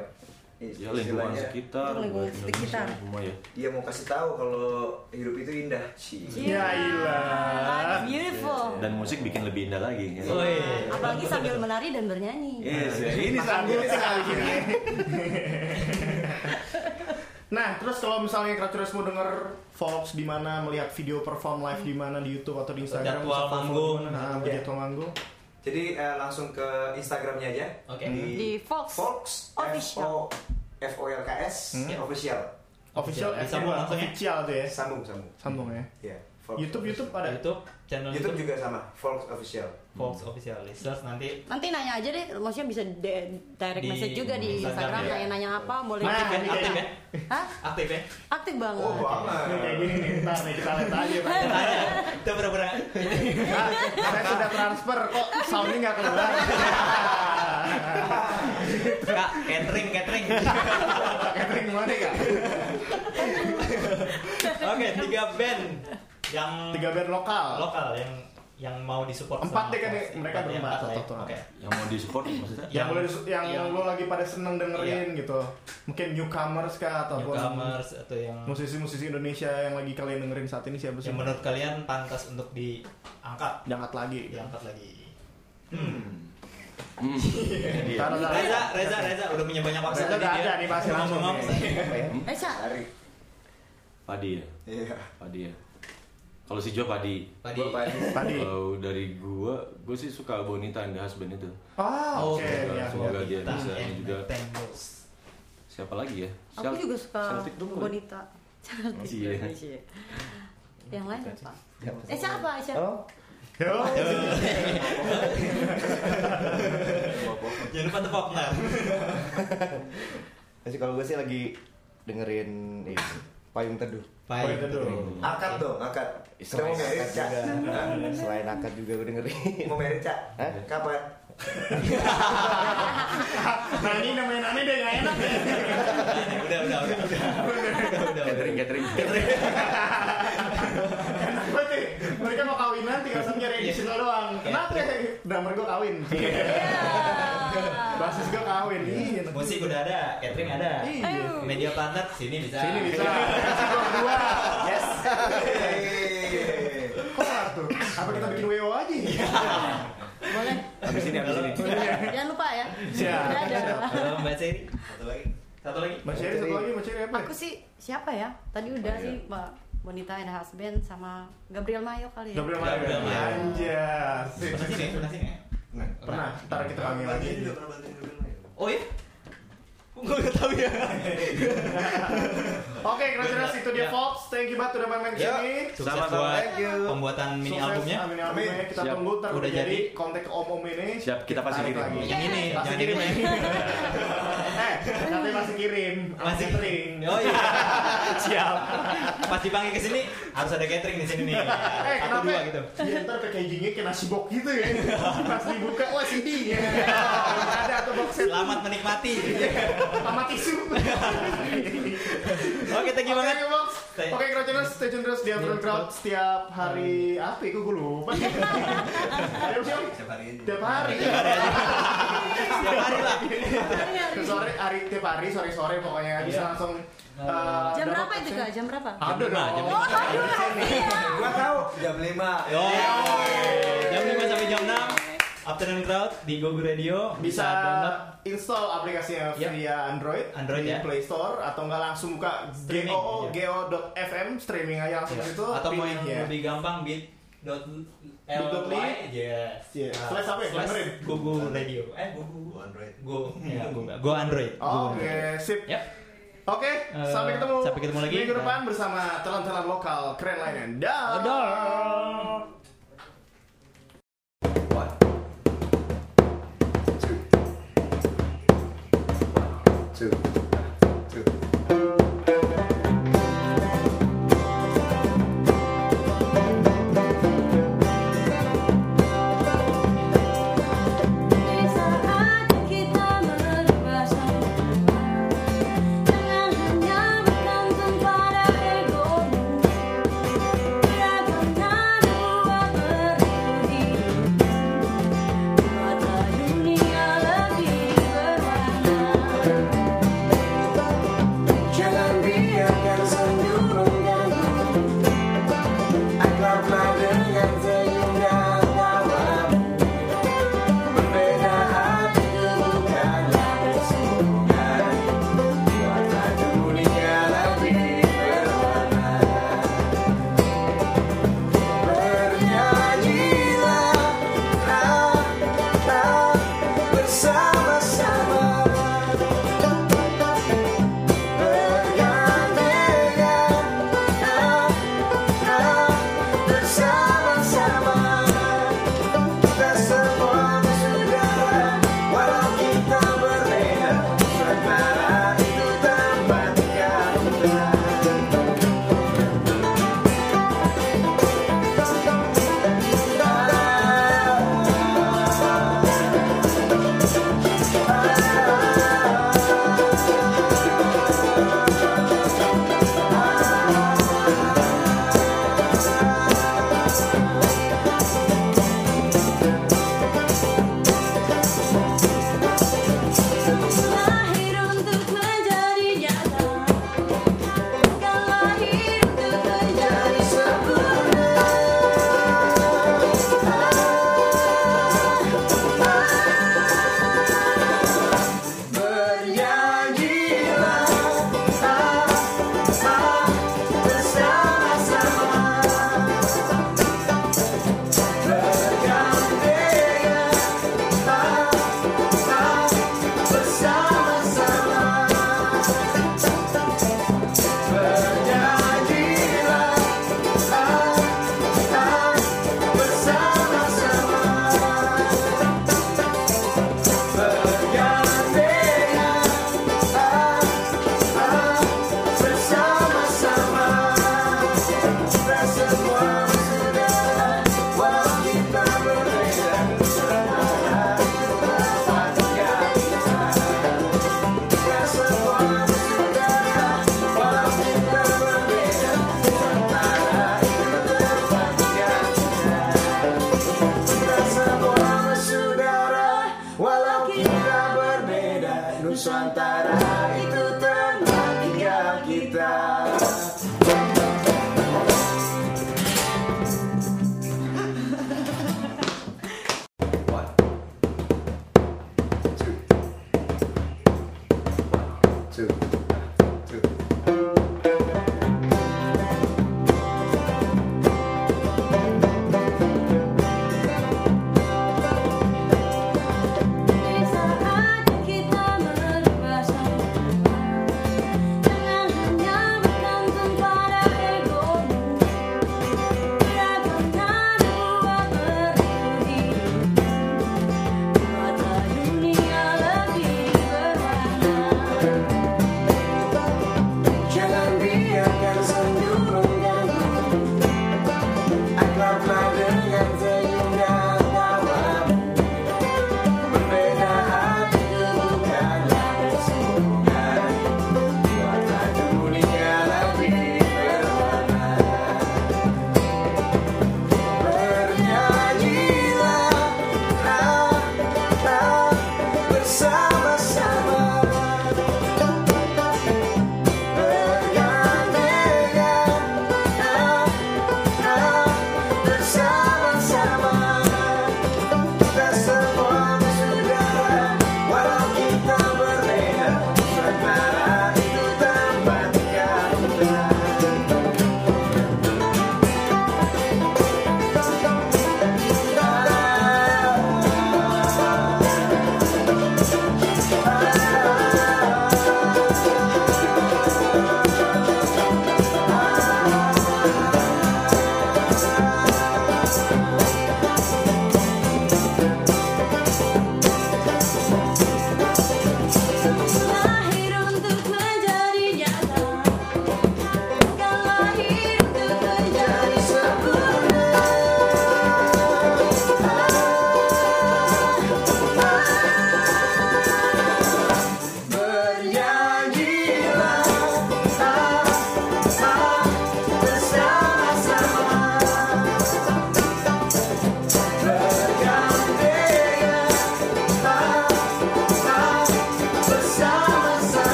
[SPEAKER 6] ya lingkungan
[SPEAKER 5] istilahnya,
[SPEAKER 6] sekitar
[SPEAKER 1] Lingkungan
[SPEAKER 6] buat
[SPEAKER 1] sekitar.
[SPEAKER 6] Indonesia semua ya
[SPEAKER 5] Dia mau kasih tahu kalau hidup itu indah. Ci.
[SPEAKER 1] Ya ilah. Beautiful.
[SPEAKER 6] dan musik bikin lebih indah lagi ya.
[SPEAKER 4] Woi.
[SPEAKER 1] Apalagi sambil menari dan bernyanyi.
[SPEAKER 6] Yes, ya. ini
[SPEAKER 5] Iya.
[SPEAKER 3] Ini sekali. Nah, terus kalau misalnya Kracuris mau denger Fox di mana melihat video perform live di mana di YouTube atau di Instagram
[SPEAKER 4] Jadwal
[SPEAKER 3] bisa follow
[SPEAKER 4] manggung. Iya.
[SPEAKER 3] di mana? Nah,
[SPEAKER 5] Ya.
[SPEAKER 3] jadwal manggung.
[SPEAKER 5] Jadi uh, langsung ke Instagramnya aja.
[SPEAKER 4] Oke.
[SPEAKER 1] Di Fox.
[SPEAKER 5] Fox
[SPEAKER 1] Official.
[SPEAKER 5] F O L K S ya, official.
[SPEAKER 3] Official
[SPEAKER 4] Bisa
[SPEAKER 3] FB,
[SPEAKER 4] buat langsung ya?
[SPEAKER 3] official tuh ya.
[SPEAKER 5] Sambung sambung.
[SPEAKER 3] Sambung ya.
[SPEAKER 5] Ya. Fox
[SPEAKER 3] YouTube YouTube
[SPEAKER 5] official.
[SPEAKER 3] ada.
[SPEAKER 4] ya? YouTube channel
[SPEAKER 5] YouTube juga sama. Fox official.
[SPEAKER 4] Fox Official Listeners nanti
[SPEAKER 1] Nanti nanya aja deh, maksudnya bisa de- direct
[SPEAKER 4] Di
[SPEAKER 1] message juga di
[SPEAKER 4] Instagram,
[SPEAKER 1] Instagram,
[SPEAKER 4] ya.
[SPEAKER 1] nanya-nanya apa, boleh.
[SPEAKER 3] Nah,
[SPEAKER 4] aktif ya,
[SPEAKER 3] ini
[SPEAKER 4] aktif ya,
[SPEAKER 1] Hah?
[SPEAKER 4] aktif ya.
[SPEAKER 1] Aktif banget.
[SPEAKER 5] Oh,
[SPEAKER 3] Ini kayak
[SPEAKER 5] banget.
[SPEAKER 3] gini nih, ntar nih kita lihat aja. Pak.
[SPEAKER 4] Tanya, itu pura-pura.
[SPEAKER 3] Nah, saya sudah transfer kok soundnya nggak keluar.
[SPEAKER 4] Kak, catering, catering.
[SPEAKER 3] Catering mana ya?
[SPEAKER 4] Oke, tiga band yang
[SPEAKER 3] Tiga band lokal.
[SPEAKER 4] lokal yang yang mau disupport
[SPEAKER 3] Empat
[SPEAKER 4] sama
[SPEAKER 3] deh kan,
[SPEAKER 4] Fox.
[SPEAKER 3] mereka
[SPEAKER 4] Empat ya,
[SPEAKER 3] berempat,
[SPEAKER 4] empat lah ya.
[SPEAKER 3] total.
[SPEAKER 4] Oke.
[SPEAKER 6] yang mau di support maksudnya
[SPEAKER 3] yang lo yang,
[SPEAKER 4] yang-
[SPEAKER 3] lo lagi pada seneng dengerin gitu mungkin newcomers kah ataupun
[SPEAKER 4] Iya. Newcomers atau yang
[SPEAKER 3] musisi-musisi Indonesia yang lagi kalian dengerin saat ini siapa sih
[SPEAKER 4] yang menurut kalian pantas untuk diangkat,
[SPEAKER 3] jangan lagi
[SPEAKER 4] diangkat lagi.
[SPEAKER 6] Iya.
[SPEAKER 3] Ntar, ntar.
[SPEAKER 4] Reza, Reza, Reza udah punya banyak waktu. ya.
[SPEAKER 3] Reza
[SPEAKER 4] tadi
[SPEAKER 3] udah
[SPEAKER 4] dia.
[SPEAKER 3] ada nih, pasti langsung
[SPEAKER 4] Ngomong-ngomong.
[SPEAKER 1] Eh, Sa,
[SPEAKER 5] Tarik.
[SPEAKER 6] padi ya
[SPEAKER 5] Iya.
[SPEAKER 6] padi ya kalau si Jo padi
[SPEAKER 4] Padi.
[SPEAKER 5] Gua
[SPEAKER 6] ya.
[SPEAKER 5] Padi.
[SPEAKER 3] tadi
[SPEAKER 6] kalau dari gua gua sih suka Bonita and the Husband itu
[SPEAKER 3] ah
[SPEAKER 4] Oh,
[SPEAKER 3] oke ya,
[SPEAKER 6] semoga
[SPEAKER 3] ya.
[SPEAKER 6] dia bisa
[SPEAKER 4] Tang
[SPEAKER 6] ini
[SPEAKER 4] and
[SPEAKER 6] juga
[SPEAKER 4] Tangles.
[SPEAKER 6] siapa lagi ya
[SPEAKER 1] aku
[SPEAKER 6] Celt-
[SPEAKER 1] juga suka
[SPEAKER 6] Celtic dulu ya?
[SPEAKER 1] bonita. Celtic
[SPEAKER 4] Oh,
[SPEAKER 6] Iya.
[SPEAKER 1] Indonesia. Yang lain apa? Eh, siapa? Siapa? Ya.
[SPEAKER 7] Halo?
[SPEAKER 3] Oh. Yo,
[SPEAKER 4] Jangan lupa The Faulkner.
[SPEAKER 7] Masih kalau gue sih lagi dengerin ini, Payung Teduh.
[SPEAKER 3] oh, itu dulu.
[SPEAKER 5] Akad dong, akad. Kita
[SPEAKER 7] Selain
[SPEAKER 5] mau
[SPEAKER 7] akad
[SPEAKER 5] merit, Cak.
[SPEAKER 7] juga.
[SPEAKER 5] Hah?
[SPEAKER 2] Nah,
[SPEAKER 7] Selain akad juga gue dengerin.
[SPEAKER 5] Mau merit, Cak.
[SPEAKER 7] Hah?
[SPEAKER 5] Kapan?
[SPEAKER 3] nah ini namanya nanya deh nggak enak ya. deh
[SPEAKER 4] Udah, udah, udah, udah. Udah, udah, udah.
[SPEAKER 6] catering catering
[SPEAKER 3] Enak banget deh. mereka mau kawinan tinggal langsung nyari edisi lo doang kenapa ya drummer gue kawin
[SPEAKER 1] Iya.
[SPEAKER 3] basis gue kawin iya
[SPEAKER 4] Musik udah ada, catering ada.
[SPEAKER 3] Iya.
[SPEAKER 4] Media Planet sini bisa.
[SPEAKER 3] sini bisa edisi gue berdua yes
[SPEAKER 5] Yeay.
[SPEAKER 3] kelar tuh apa kita bikin WO aja ya?
[SPEAKER 1] Boleh.
[SPEAKER 6] habis ini habis ini
[SPEAKER 1] Jangan lupa ya.
[SPEAKER 3] Siap.
[SPEAKER 1] Udah ada.
[SPEAKER 4] Halo, Mbak Seri. Satu lagi. Satu lagi.
[SPEAKER 3] Mas Yeri satu lagi, Mas Yeri apa? ya?
[SPEAKER 1] Aku sih siapa ya? Tadi udah
[SPEAKER 4] Oh, iya.
[SPEAKER 1] sih, Pak. Bonita and the Husband sama Gabriel Mayo kali ya.
[SPEAKER 3] Gabriel Mario.
[SPEAKER 4] Gabriel Mario.
[SPEAKER 3] Anjas.
[SPEAKER 4] Pernah sini, pernah sini. ya?
[SPEAKER 5] Nah.
[SPEAKER 3] Pernah, Nah, ntar kita panggil lagi.
[SPEAKER 4] Oh iya? Gue gak tahu ya.
[SPEAKER 3] Oke, kira-kira itu dia
[SPEAKER 4] Ya.
[SPEAKER 3] Fox. Thank you banget udah main-main di
[SPEAKER 5] Ya.
[SPEAKER 3] sini.
[SPEAKER 4] Sukses
[SPEAKER 6] Sama-sama.
[SPEAKER 4] buat
[SPEAKER 5] Thank you.
[SPEAKER 4] pembuatan mini
[SPEAKER 3] Sukses,
[SPEAKER 4] albumnya.
[SPEAKER 3] Amin, amin.
[SPEAKER 5] Amin.
[SPEAKER 3] Kita
[SPEAKER 6] Siap.
[SPEAKER 3] tunggu ntar
[SPEAKER 4] Udah
[SPEAKER 3] jadi
[SPEAKER 4] jadi.
[SPEAKER 3] kontak ke om-om ini.
[SPEAKER 6] Siap, kita pasti
[SPEAKER 3] tarik
[SPEAKER 6] kirim.
[SPEAKER 3] lagi.
[SPEAKER 4] Yang ini,
[SPEAKER 3] Pasti
[SPEAKER 4] jangan ini.
[SPEAKER 3] kirim. Eh, tapi masih kirim.
[SPEAKER 4] Masih
[SPEAKER 3] catering.
[SPEAKER 4] Oh iya.
[SPEAKER 3] Siap.
[SPEAKER 4] Pas dipanggil ke sini harus ada catering di sini nih.
[SPEAKER 3] Eh,
[SPEAKER 4] Aku
[SPEAKER 3] kenapa?
[SPEAKER 4] dua gitu.
[SPEAKER 3] Dia ntar packagingnya kayak nasi bok gitu ya. Pas dibuka, wah CD. Ya. Ada tuh box set
[SPEAKER 4] Selamat menikmati.
[SPEAKER 3] sama tisu.
[SPEAKER 4] Oke, thank you banget.
[SPEAKER 3] Oke, Box.
[SPEAKER 4] Thank- Iya,
[SPEAKER 3] Oke, Crowdtuners, stay tune terus di Afternoon Crowd setiap hari apa? ya? Kok gue lupa. Ada siap? Tiap hari.
[SPEAKER 4] Iya. Setiap hari lah.
[SPEAKER 3] Sore hari tiap hari sore sore pokoknya bisa
[SPEAKER 4] Iya.
[SPEAKER 3] langsung. eh,
[SPEAKER 1] Jam
[SPEAKER 3] download
[SPEAKER 1] berapa itu,
[SPEAKER 3] apps-nya.
[SPEAKER 1] Kak? Jam berapa?
[SPEAKER 3] Ada
[SPEAKER 4] lima,
[SPEAKER 3] dong.
[SPEAKER 4] jam
[SPEAKER 1] Oh, aduh, iya.
[SPEAKER 5] Gua tahu jam 5.
[SPEAKER 4] Yo. Jam 5 sampai jam 6 Afternoon Crowd di Google Radio
[SPEAKER 3] bisa
[SPEAKER 4] download
[SPEAKER 3] install aplikasinya
[SPEAKER 4] Yep.
[SPEAKER 3] via Android,
[SPEAKER 4] Android,
[SPEAKER 3] di
[SPEAKER 4] ya.
[SPEAKER 3] Play Store atau enggak langsung buka
[SPEAKER 4] Streaming,
[SPEAKER 3] goo.fm streaming aja langsung
[SPEAKER 4] Iya.
[SPEAKER 3] ke situ
[SPEAKER 4] atau mau
[SPEAKER 3] pilih
[SPEAKER 4] yang
[SPEAKER 3] ya.
[SPEAKER 4] lebih gampang bit dot
[SPEAKER 3] dot ly?
[SPEAKER 4] yes
[SPEAKER 3] Iya.
[SPEAKER 4] Nah,
[SPEAKER 3] Slash apa ya? Dengerin.
[SPEAKER 4] Google Radio eh Google Android Go ya Go Go Android
[SPEAKER 3] Oke, sip.
[SPEAKER 4] Yep.
[SPEAKER 3] Oke,
[SPEAKER 4] Eh,
[SPEAKER 3] sampai ketemu.
[SPEAKER 4] sampai ketemu lagi.
[SPEAKER 3] Minggu depan bersama telan-telan lokal keren lainnya. Dah.
[SPEAKER 5] two, two.
[SPEAKER 1] Jadi saatnya kita merubah semua Jangan hanya bergantung pada egomu Beragam nada buat beribu hidup Buatlah dunia lebih berwarna
[SPEAKER 5] Jangan biarkan sendu mengganggu Akrablah dengan seindah tawamu Berbeda hati bukanlah kesungguhan Buatlah dunia lebih berwarna Bernyanyilah kita bersama-sama Bergandengan tangan bersama-sama Kita semua bersaudara Walau kita berbeda Saudara itu tanpa tiada
[SPEAKER 1] Lahir untuk menjadi nyata Bukan lahir untuk menjadi sempurna
[SPEAKER 5] Bernyanyilah kita bersama-sama Bergandengan tangan bersama-sama Bernyanyilah kita bersama-sama Bergandengan tangan bersama-sama Kita semua bersaudara Walau kita berbeda Saudara kita satukan kita Kita semua bersaudara Walau kita berbeda Saudara kita satukan kita Kita semua bersaudara Walau kita berbeda Nusantara itu tempat tinggal kita
[SPEAKER 1] Jadi saatnya kita merubah semua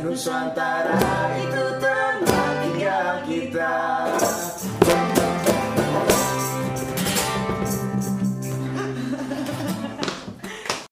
[SPEAKER 5] Nusantara